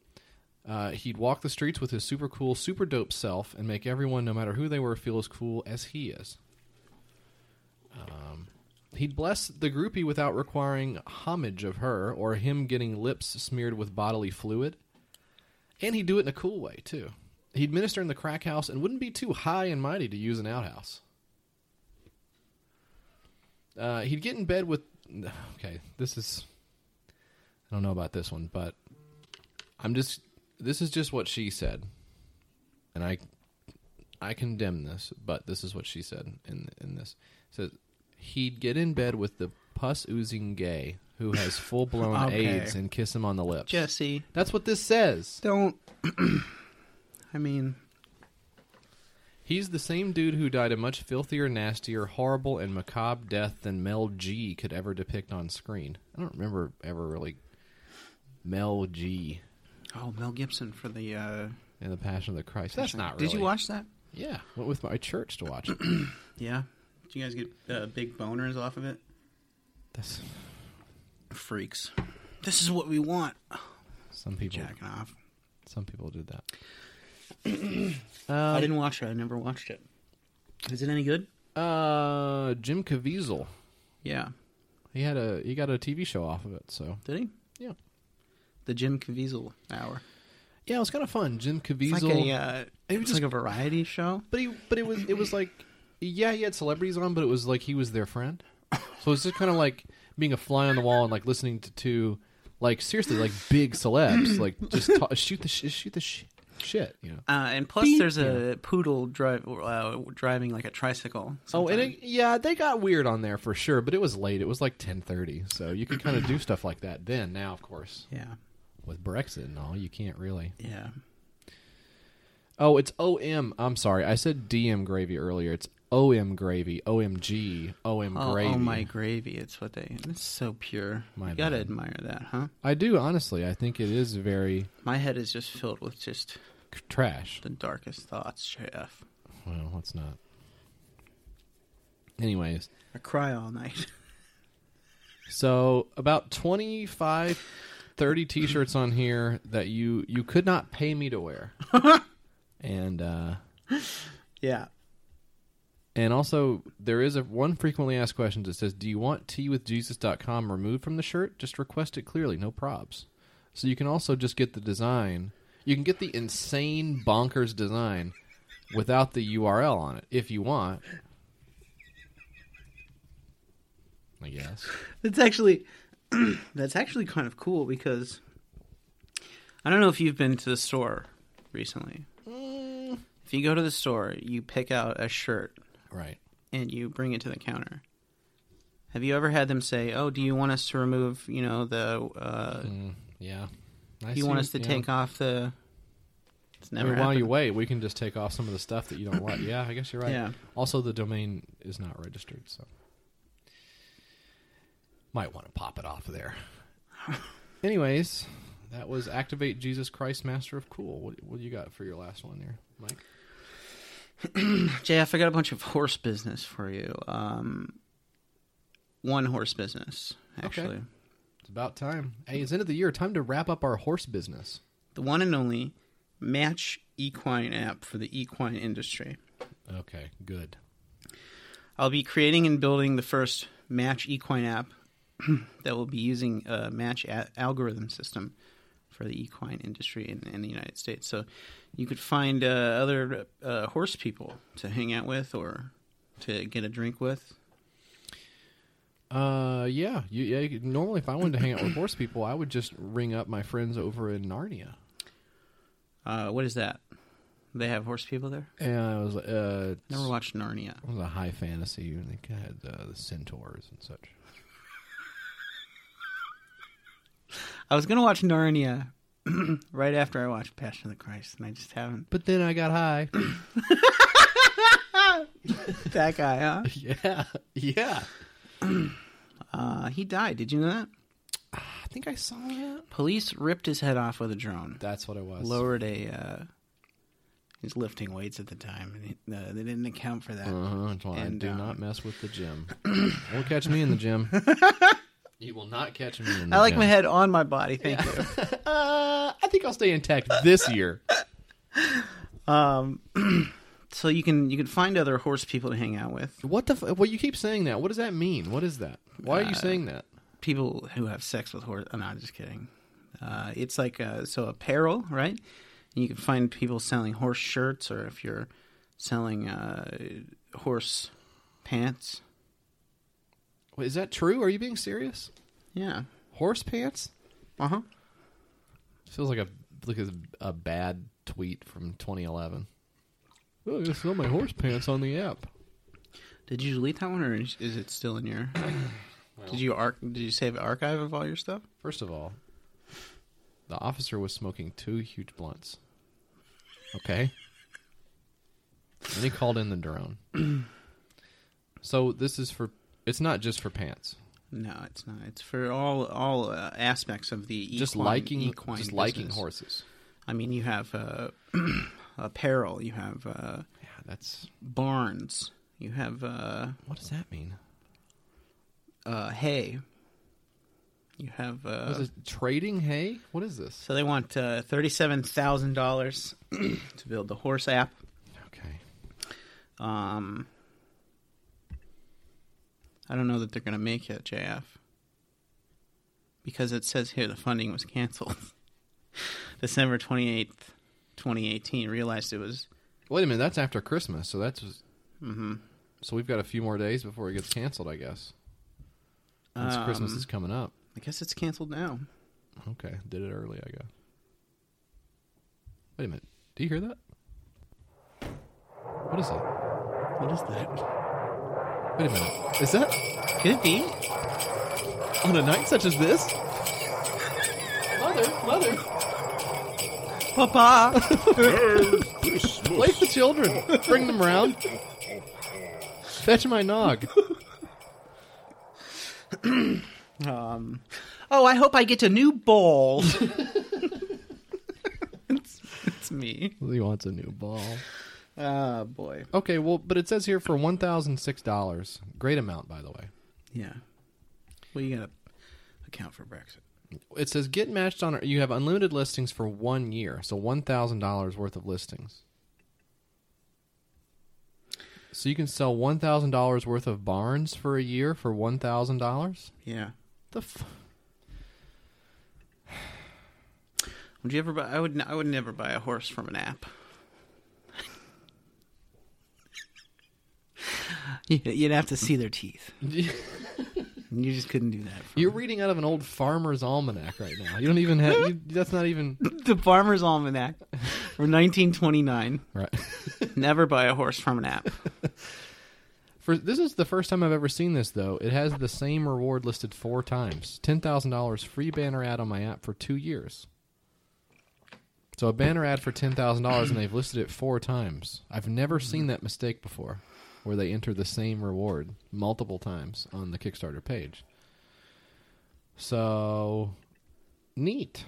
C: Uh, he'd walk the streets with his super cool, super dope self and make everyone, no matter who they were, feel as cool as he is. Um, He'd bless the groupie without requiring homage of her or him getting lips smeared with bodily fluid. And he'd do it in a cool way, too. He'd minister in the crack house and wouldn't be too high and mighty to use an outhouse. Uh, he'd get in bed with. Okay, this is. I don't know about this one, but I'm just. This is just what she said, and I, I condemn this, but this is what she said in in this. It says he'd get in bed with the pus oozing gay who has full blown
D: Okay.
C: AIDS and kiss him on the lips.
D: Jesse,
C: That's what this says.
D: don't. I mean,
C: He's the same dude who died a much filthier, nastier, horrible, and macabre death than Mel G could ever depict on screen. I don't remember ever really Mel G
D: oh Mel Gibson for the. Uh,
C: in the Passion of the Christ. That's not really.
D: Did you watch that?
C: Yeah, went with my church to watch it.
D: Yeah. Did you guys get uh, big boners off of it?
C: That's,
D: Freaks. This is what we want.
C: some people,
D: Jacking off.
C: some people did that.
D: I didn't watch it. I never watched it. Is it any good?
C: Uh, Jim Caviezel,
D: Yeah.
C: he had a he got a TV show off of it. So
D: Did he?
C: yeah,
D: The Jim Caviezel Hour.
C: yeah, it was kind of fun. Jim Caviezel.
D: It's like a, uh,
C: It was
D: it's
C: just-
D: like a variety show.
C: But he, but it was, it was like, yeah, he had celebrities on, but it was like he was their friend. So it's just kind of like being a fly on the wall and like listening to two, like seriously, like big celebs, like just ta- shoot the sh- shoot the sh- shit, you know.
D: Uh, and plus, there's a poodle drive, uh, driving like a tricycle.
C: Oh, and
D: sometimes.
C: it, yeah, they got weird on there for sure, but it was late. It was like ten thirty, so you could kind of do stuff like that then. Now, of course,
D: yeah,
C: with Brexit and all, you can't really.
D: yeah.
C: Oh, it's OM. I'm sorry. I said DM gravy earlier. It's OM gravy. OMG. OM
D: Oh,
C: gravy.
D: oh my gravy! It's what they. It's so pure.
C: My
D: you gotta
C: bad.
D: admire that, huh?
C: I do honestly. I think it is very
D: My head is just filled with just
C: c- trash.
D: the darkest thoughts, chef.
C: Well, let's not. Anyways,
D: I cry all night.
C: so about 25 30 t-shirts on here that you you could not pay me to wear. and uh
D: yeah.
C: and also there is a one frequently asked question that says, "Do you want tea with jesus.com removed from the shirt? Just request it clearly, no props." So you can also just get the design. You can get the insane bonkers design without the URL on it if you want. I guess.
D: That's actually that's actually kind of cool because I don't know if you've been to the store recently. If you go to the store, you pick out a shirt
C: Right.
D: and you bring it to the counter. Have you ever had them say, "Oh, do you want us to remove, you know, the uh,
C: Yeah. I
D: you
C: see
D: want
C: what-
D: us to
C: yeah.
D: take off the?" It's
C: I
D: never
C: mean, while you
D: happened.
C: wait, we can just take off some of the stuff that you don't like. Yeah, I guess you're right.
D: Yeah.
C: Also, the domain is not registered, so might want to pop it off there. Anyways, that was activate Jesus Christ, Master of Cool. What, what do you got for your last one there, Mike?
D: JF, I got a bunch of horse business for you. Um, one horse business actually.
C: It's about time. Hey, it's end of the year. Time to wrap up our horse business.
D: the one and only Match Equine app for the equine industry.
C: Okay, good.
D: I'll be creating and building the first Match Equine app that will be using a match a- algorithm system for the equine industry in, in the United States. So you could find uh, other uh, horse people to hang out with or to get a drink with.
C: Uh, yeah. You, yeah. you- Normally, if I wanted to hang out with horse people, I would just ring up my friends over in Narnia.
D: Uh, what is that? They have horse people there?
C: And I was uh,
D: Never watched Narnia.
C: It was a high fantasy, and they had uh, the centaurs and such.
D: I was going to watch Narnia right after I watched Passion of the Christ, and I just haven't.
C: But then I got high.
D: That guy, huh?
C: yeah, yeah.
D: Uh, he died. Did you know that?
C: I think I saw that.
D: Police ripped his head off with a drone.
C: That's what it was.
D: Lowered a. Uh, he's lifting weights at the time, and he, uh, they didn't account for that.
C: Uh-huh, that's why
D: And,
C: I do
D: uh,
C: not mess with the gym. Won't catch me in the gym. you will not catch me in the
D: I like
C: gym.
D: my head on my body. Thank you.
C: Uh, I think I'll stay intact this year.
D: So you can you can find other horse people to hang out with,
C: What the? F- well, you keep saying that. What does that mean? What is that? Why are you saying that?
D: people who have sex with horse. I'm not just kidding. Uh, it's like uh so apparel, right? And you can find people selling horse shirts, or if you're selling uh, horse pants.
C: Is that true? Are you being serious?
D: Yeah.
C: Horse pants?
D: Uh huh.
C: Feels like a like a, a bad tweet from 2011. Oh, I sell my horse pants on the app.
D: Did you delete that one, or is is it still in your? did you arc? Did you save archive of all your stuff?
C: First of all, the officer was smoking two huge blunts. Okay. and he called in the drone. so this is for. It's not just for pants.
D: No, it's not. It's for all all uh, aspects of the equine,
C: just liking,
D: equine
C: just liking
D: business.
C: horses.
D: I mean, you have uh, apparel, you have uh,
C: Yeah, that's
D: barns, you have uh,
C: what does that mean?
D: uh, hay, you have.
C: What
D: Uh,
C: is it, trading hay? What is this?
D: so they want uh, thirty-seven thousand dollars to build the horse app.
C: Okay.
D: Um, I don't know that they're going to make it, JF. Because it says here the funding was canceled. December 28th, 2018. Realized it was.
C: Wait a minute, that's after Christmas, so that's. So we've got a few more days before it gets canceled, I guess. Since Christmas is coming up.
D: I guess it's canceled now.
C: Okay, did it early, I guess. Wait a minute, do you hear that? What is that?
D: What is that?
C: Wait a minute, is that
D: Could it be?
C: on a night such as this? Mother, mother,
D: Papa!
C: wake the children, bring them round, fetch my nog.
D: oh, I hope I get a new ball. it's, it's me.
C: He wants a new ball.
D: Oh, boy.
C: Okay, well, but it says here for one thousand six dollars. Great amount, by the way.
D: Yeah. Well, you got to account for Brexit.
C: It says get matched on. You have unlimited listings for one year, so one thousand dollars worth of listings. So you can sell one thousand dollars worth of barns for a year for one thousand dollars.
D: Yeah.
C: The f-
D: Would you ever buy? I would. n- I would never buy a horse from an app. You- You'd have to see their teeth. And you just couldn't do that.
C: you're reading out of an old farmer's almanac right now. You don't even have. You, that's not even
D: the Farmer's Almanac from 1929.
C: right.
D: Never buy a horse from an app.
C: For this is the first time I've ever seen this though. It has the same reward listed four times. Ten thousand dollars free banner ad on my app for two years. So a banner ad for ten thousand dollars and they've listed it four times. I've never seen that mistake before, where they enter the same reward multiple times on the Kickstarter page. So neat.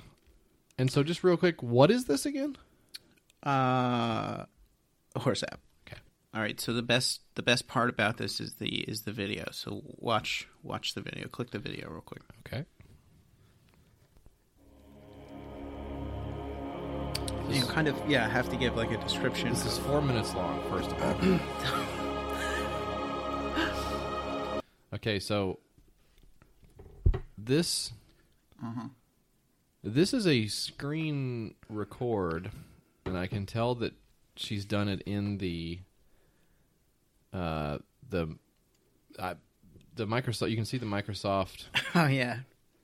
C: And so just real quick, what is this again?
D: Uh, a horse app.
C: Okay.
D: All right. So the best the best part about this is the is the video. So watch watch the video. Click the video real quick.
C: Okay.
D: You kind of yeah have to give like a description.
C: This is four minutes long, first of all. okay, so this this is a screen record, and I can tell that she's done it in the uh the I the Microsoft. You can see the Microsoft
D: oh yeah.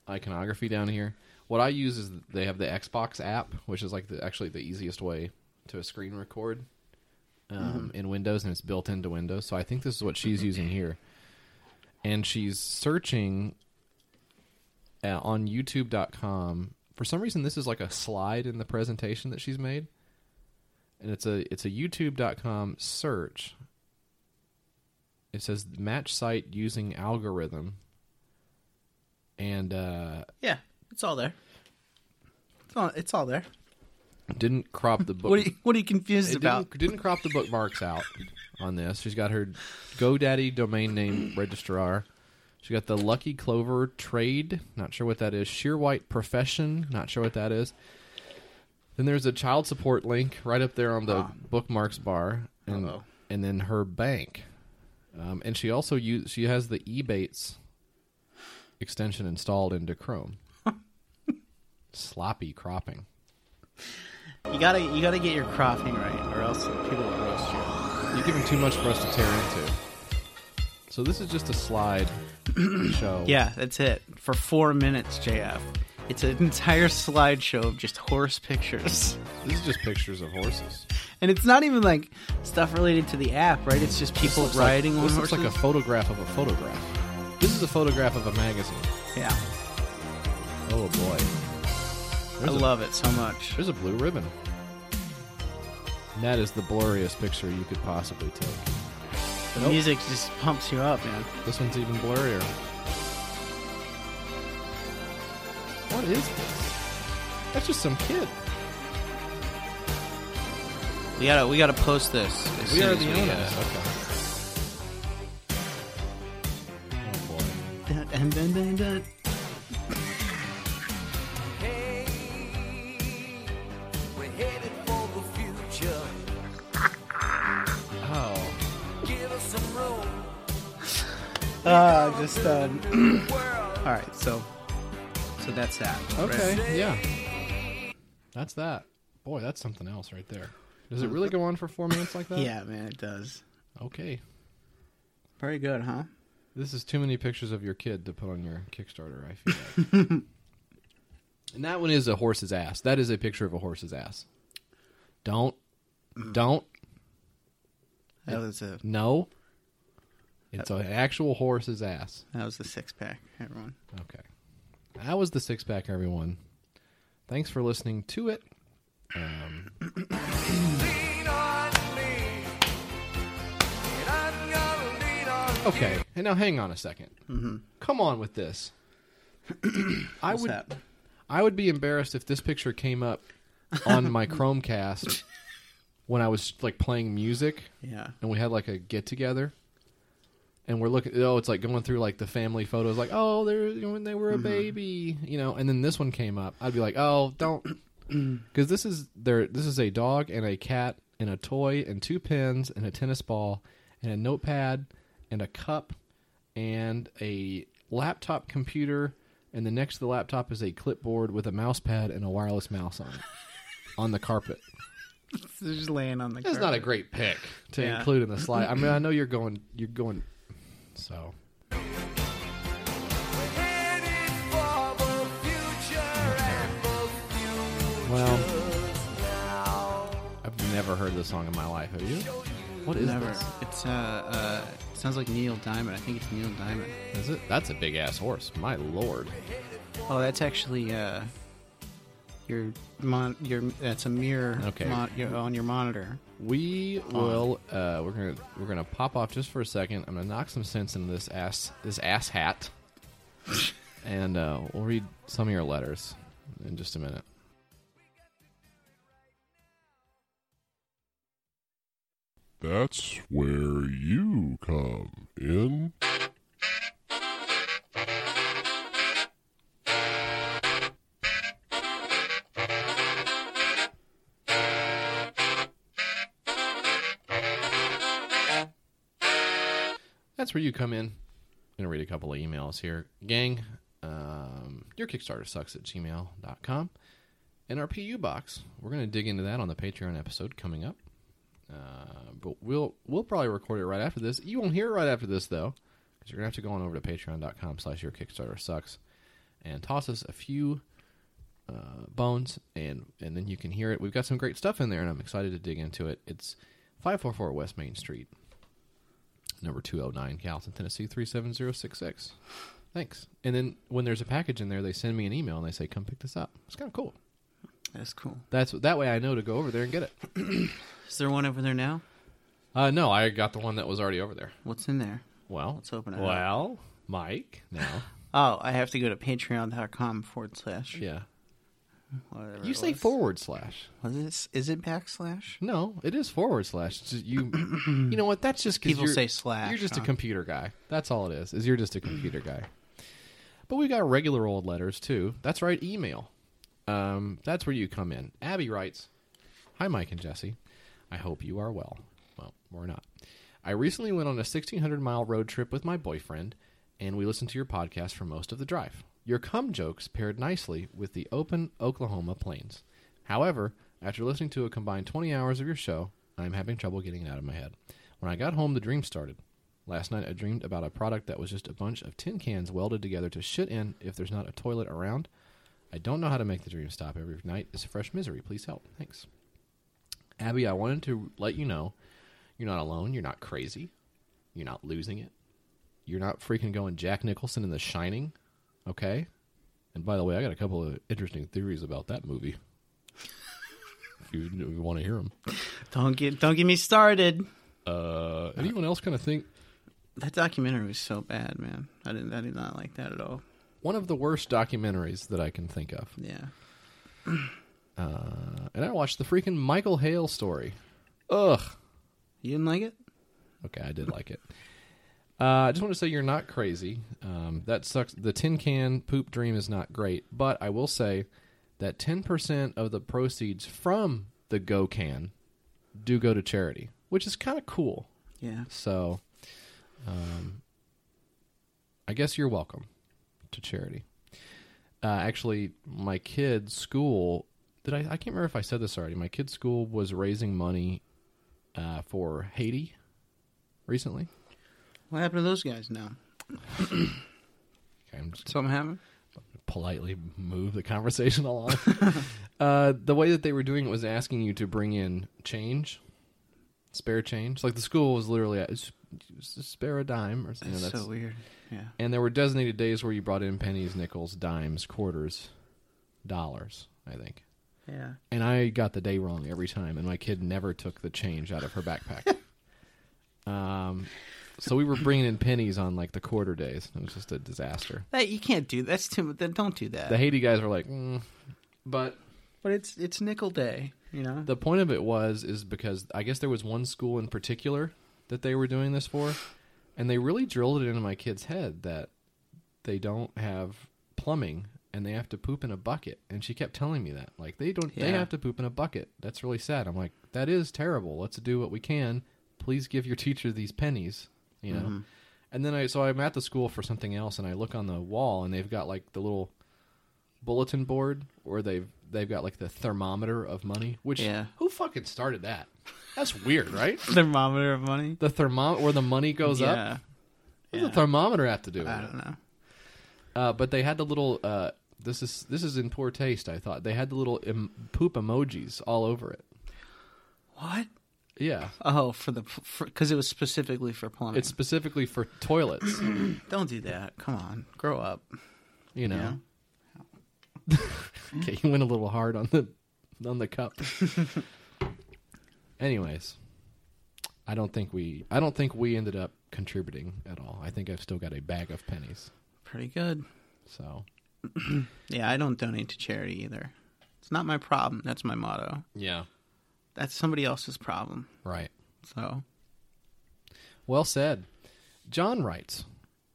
C: iconography down here. What I use is they have the Xbox app, which is like the actually the easiest way to screen record um, in Windows, and it's built into Windows. So I think this is what she's using here, and she's searching uh, on YouTube.com. For some reason, this is like a slide in the presentation that she's made, and it's a it's a YouTube.com search. It says match site using algorithm, and uh,
D: Yeah, it's all there. It's all, it's all there.
C: didn't crop the book.
D: What are you, what are you confused
C: it
D: about?
C: didn't, didn't crop the bookmarks out on this. She's got her GoDaddy domain name registrar. She got the Lucky Clover Trade. Not sure what that is. Sheer White Profession. Not sure what that is. Then there's a child support link right up there on the bookmarks bar, and
D: Ah. Uh-oh.
C: and then her bank, um, and she also use she has the Ebates extension installed into Chrome. Sloppy cropping.
D: You gotta you gotta get your cropping right, or else people will roast you.
C: You give them too much for us to tear into. So this is just a slide show.
D: Yeah, that's it for four minutes, JF. It's an entire slideshow of just horse pictures,
C: this is just pictures of horses.
D: and it's not even like stuff related to the app, right? It's just people
C: This looks
D: riding
C: like,
D: on
C: this
D: horses.
C: looks like a photograph of a photograph. This is a photograph of a magazine.
D: yeah,
C: Oh boy,
D: I love it so much.
C: there's a blue ribbon. And that is the blurriest picture you could possibly take.
D: The
C: Nope.
D: music just pumps you up, man.
C: This one's even blurrier. What is this? That's just some kid.
D: We gotta we gotta post this. as
C: We
D: soon
C: are
D: as
C: the
D: we, uh,
C: owners. Okay. Oh boy.
D: Dun, dun, dun, dun, dun.
C: Oh.
D: Ah, just uh, all right. So, so that's that.
C: Okay. Yeah. That's that. Boy, that's something else right there. Does it really go on for four minutes like that?
D: Yeah, man, it does.
C: Okay.
D: Very good, huh?
C: This is too many pictures of your kid to put on your Kickstarter, I feel like. and that one is a horse's ass. That is a picture of a horse's ass. Don't. Don't.
D: That was a
C: No. It's an actual horse's ass.
D: that was the six pack, everyone.
C: Okay. That was the six pack, everyone. Thanks for listening to it. Um, Okay. And now hang on a 2nd Mm-hmm. Come on with this. I
D: What's
C: would
D: that?
C: I would be embarrassed if this picture came up on my Chromecast when I was like playing music
D: Yeah.
C: and we had like a get together and we're looking oh it's like going through like the family photos like oh they're you know, when they were a baby you know and then this one came up i'd be like oh don't because this is there this is a dog and a cat and a toy and two pins and a tennis ball and a notepad and a cup and a laptop computer and the next to the laptop is a clipboard with a mouse pad and a wireless mouse on it on the carpet
D: So just laying on the.
C: that's not a great pick to
D: Yeah.
C: include in the slide. I mean, I know you're going, you're going. So well, I've never heard this song in my life. Have you? What is
D: Never.
C: this?
D: It's uh, uh, it sounds like Neil Diamond. I think it's Neil Diamond.
C: Is it? That's a big ass horse. My lord.
D: Oh, that's actually uh, your mon your that's a mirror.
C: Okay.
D: mon- your, on your monitor.
C: We will. Uh, we're gonna we're gonna pop off just for a second. I'm gonna knock some sense into this ass this ass hat, and uh, we'll read some of your letters in just a minute.
E: That's where you come in.
C: that's where you come in. I'm going to read a couple of emails here. Gang, um, your Kickstarter sucks at gmail.com. And our PU box, we're going to dig into that on the Patreon episode coming up. Uh, but we'll we'll probably record it right after this. You won't hear it right after this, though, because you're going to have to go on over to patreon.com slash your Kickstarter sucks and toss us a few uh, bones, and and then you can hear it. We've got some great stuff in there, and I'm excited to dig into it. It's 544 West Main Street number 209 Carrollton, Tennessee 37066. Thanks. And then when there's a package in there, they send me an email and they say, come pick this up. It's kind of cool.
D: That's cool.
C: That's That way I know to go over there and get it.
D: Is there one over there now?
C: Uh, no, I got the one that was already over there.
D: What's in there?
C: Well,
D: Let's open it up.
C: Well, Mike, now.
D: Oh, I have to go to patreon.com forward slash.
C: yeah.
D: whatever
C: You
D: it
C: say
D: was.
C: forward slash.
D: Was this, is it backslash?
C: No, it is forward slash. It's just you, you know what? That's just 'cause
D: People
C: you're-
D: say slash,
C: You're just a
D: huh?
C: computer guy. That's all it is. Is you're just a computer guy. But we got regular old letters too. That's right, email. um, that's where you come in. Abby writes, "Hi, Mike and Jesse. I hope you are well. Well, we're not. I recently went on a 1600 mile road trip with my boyfriend, and we listened to your podcast for most of the drive. Your cum jokes paired nicely with the open Oklahoma plains. However, after listening to a combined 20 hours of your show, I am having trouble getting it out of my head. When I got home, the dream started." Last night I dreamed about a product that was just a bunch of tin cans welded together to shit in if there's not a toilet around. I don't know how to make the dream stop. Every night is fresh misery. Please help. Thanks. Abby, I wanted to let you know you're not alone. You're not crazy. You're not losing it. You're not freaking going Jack Nicholson in The Shining. Okay? And by the way, I got a couple of interesting theories about that movie. if you, you want to hear them.
D: Don't get don't get me started.
C: Uh, anyone else kind of think
D: That documentary was so bad, man. I didn't I did not like that at all.
C: one of the worst documentaries that I can think of?
D: Yeah.
C: And I watched the freaking Michael Hale story. Ugh.
D: You didn't like it?
C: Okay, I did like it. Uh, I just want to say you're not crazy. Um, that sucks. The tin can poop dream is not great, but I will say that 10% of the proceeds from the Go Can do go to charity, which is kind of cool.
D: Yeah.
C: So, um, I guess you're welcome to charity. Uh, actually, my kid's school did I? I can't remember if I said this already. My kid's school was raising money uh, for Haiti recently.
D: What happened to those guys now?
C: Okay, I'm just
D: Something happened?
C: politely move the conversation along. uh, the way that they were doing it was asking you to bring in change, spare change. Like the school was literally uh, s- s- spare a dime or something.
D: That's,
C: You know, that's-
D: so weird. Yeah.
C: And there were designated days where you brought in pennies, nickels, dimes, quarters, dollars, I think.
D: Yeah.
C: And I got the day wrong every time, and my kid never took the change out of her backpack. um, so we were bringing in pennies on like the quarter days. and It was just a disaster.
D: That you can't do. That's too. Then don't do that.
C: The Haiti guys were like, mm. but
D: but it's it's nickel day. You know.
C: the point of it was is because I guess there was one school in particular that they were doing this for, and they really drilled it into my kid's head that they don't have plumbing and they have to poop in a bucket. And she kept telling me that like they don't they
D: Yeah.
C: have to poop in a bucket. That's really sad. I'm like that is terrible. Let's do what we can. Please give your teacher these pennies. You know. And then I so I'm at the school for something else, and I look on the wall, and they've got like the little bulletin board where they've they've got like the thermometer of money. Which
D: Yeah.
C: who fucking started that? That's weird, right?
D: thermometer of money.
C: The thermometer where the money goes
D: yeah.
C: up. What does the thermometer have to do with
D: I
C: it?
D: don't know.
C: Uh, but they had the little. Uh, this is this is in poor taste. I thought they had the little em- poop emojis all over it.
D: What?
C: Yeah,
D: Oh, for the because it was specifically for plumbing.
C: it's specifically for toilets.
D: Don't do that. Come on, grow up.
C: You know. okay, you went a little hard on the on the cup. Anyways, I don't think we I don't think we ended up contributing at all. I think I've still got a bag of pennies.
D: Pretty good.
C: So
D: Yeah, I don't donate to charity either. It's not my problem. That's my motto.
C: yeah,
D: That's somebody else's problem.
C: right.
D: So
C: Well said. John writes,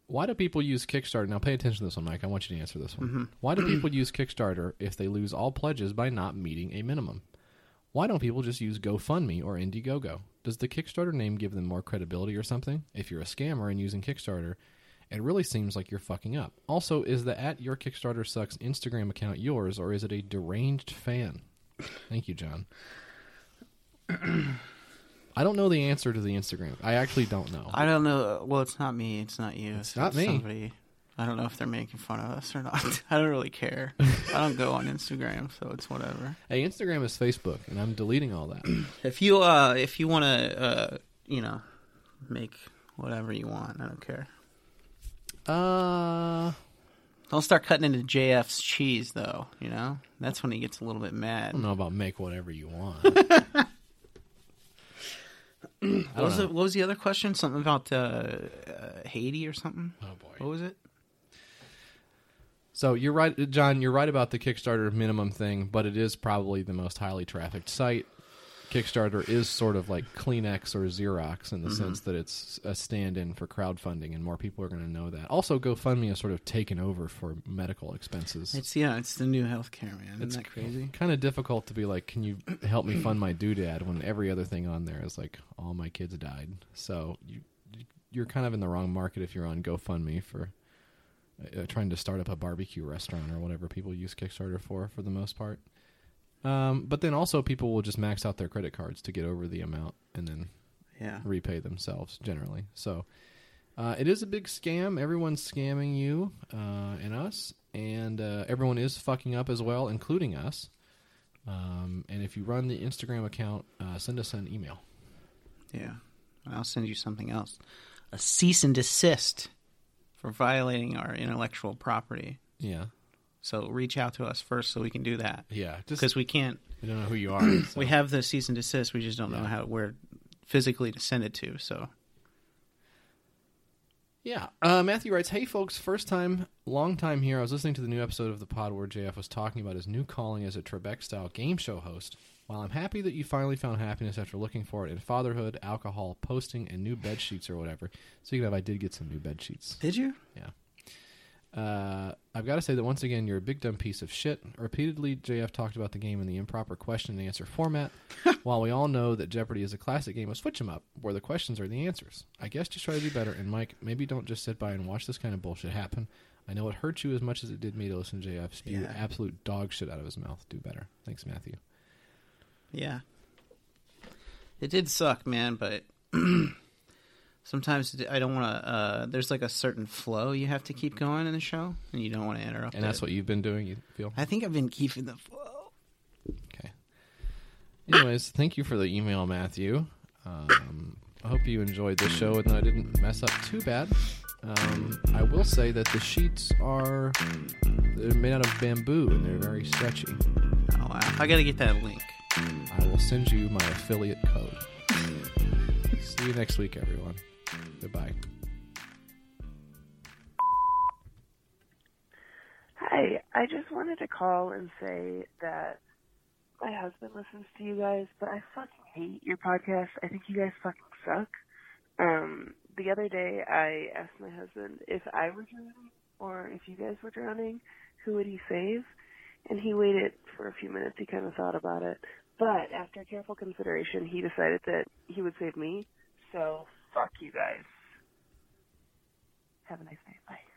C: Why do people use Kickstarter? Now pay attention to this one, Mike. I want you to answer this one. Why do people use Kickstarter if they lose all pledges by not meeting a minimum? Why don't people just use GoFundMe or Indiegogo? Does the Kickstarter name give them more credibility or something? If you're a scammer and using Kickstarter, it really seems like you're fucking up. Also, is the at your Kickstarter sucks Instagram account yours or is it a deranged fan? Thank you, John. I don't know the answer to the Instagram. I actually don't know.
D: I don't know. Well, it's not me. It's not you. It's,
C: not me.
D: Somebody. I don't know if they're making fun of us or not. I don't really care. I don't go on Instagram, so it's whatever.
C: Hey, Instagram is Facebook, and I'm deleting all that.
D: If you uh, if you want to, uh, you know, make whatever you want, I don't care.
C: uh,
D: Don't start cutting into JF's cheese, though. You know, that's when he gets a little bit mad.
C: I don't know about make whatever you want.
D: What was, the, what was the other question? Something about uh, uh, Haiti or something?
C: oh boy.
D: What was it?
C: So you're right, John. You're right about the Kickstarter minimum thing, but it is probably the most highly trafficked site. Kickstarter is sort of like Kleenex or Xerox in the sense that it's a stand-in for crowdfunding, and more people are going to know that. Also, GoFundMe has sort of taken over for medical expenses.
D: It's yeah, it's the new healthcare man. Isn't that crazy?
C: kind of difficult to be like, can you help me fund my doodad when every other thing on there is like, all my kids died. So you, you're kind of in the wrong market if you're on GoFundMe for uh, trying to start up a barbecue restaurant or whatever people use Kickstarter for, for the most part. Um, but then also people will just max out their credit cards to get over the amount and then
D: Yeah.
C: repay themselves generally. So uh, it is a big scam. Everyone's scamming you uh, and us, and uh, everyone is fucking up as well, including us. Um, and if you run the Instagram account, uh, send us an email.
D: Yeah. I'll send you something else. A cease and desist for violating our intellectual property.
C: Yeah,
D: So reach out to us first so we can do that.
C: yeah. Just
D: Because we can't
C: we don't know who you are. so.
D: we have the cease and desist, we just don't know how where physically to send it to, so
C: Yeah. Uh, Matthew writes, Hey, folks, first time, long time here. I was listening to the new episode of the pod where JF was talking about his new calling as a Trebek style game show host. While I'm happy that you finally found happiness after looking for it in fatherhood, alcohol, posting, and new bed sheets or whatever. Speaking of, I did get some new bed sheets.
D: Did you?
C: Uh, I've got to say that once again, you're a big dumb piece of shit. Repeatedly, JF talked about the game in the improper question and answer format, while we all know that Jeopardy is a classic game of switch 'em up, where the questions are the answers. I guess just try to do better, and Mike, maybe don't just sit by and watch this kind of bullshit happen. I know it hurt you as much as it did me to listen to JF spew
D: Yeah.
C: absolute dog shit out of his mouth. Do better. Thanks, Matthew.
D: Yeah. It did suck, man, but sometimes I don't want to. Uh, there's like a certain flow you have to keep going in the show, and you don't want to interrupt.
C: And that's
D: it.
C: what you've been doing, you feel?
D: I think I've been keeping the flow.
C: Okay. Anyways, thank you for the email, Matthew. Um, I hope you enjoyed the show and that I didn't mess up too bad. Um, I will say that the sheets are they're made out of bamboo and they're very stretchy.
D: Oh wow! I gotta get that link.
C: I will send you my affiliate code. See you next week, everyone. Goodbye.
J: Hi, I just wanted to call and say that my husband listens to you guys, but I fucking hate your podcast. I think you guys fucking suck. Um, the other day I asked my husband if I were drowning or if you guys were drowning, who would he save? And he waited for a few minutes. He kind of thought about it. But after careful consideration, he decided that he would save me. So fuck you guys. Have a nice night. Bye.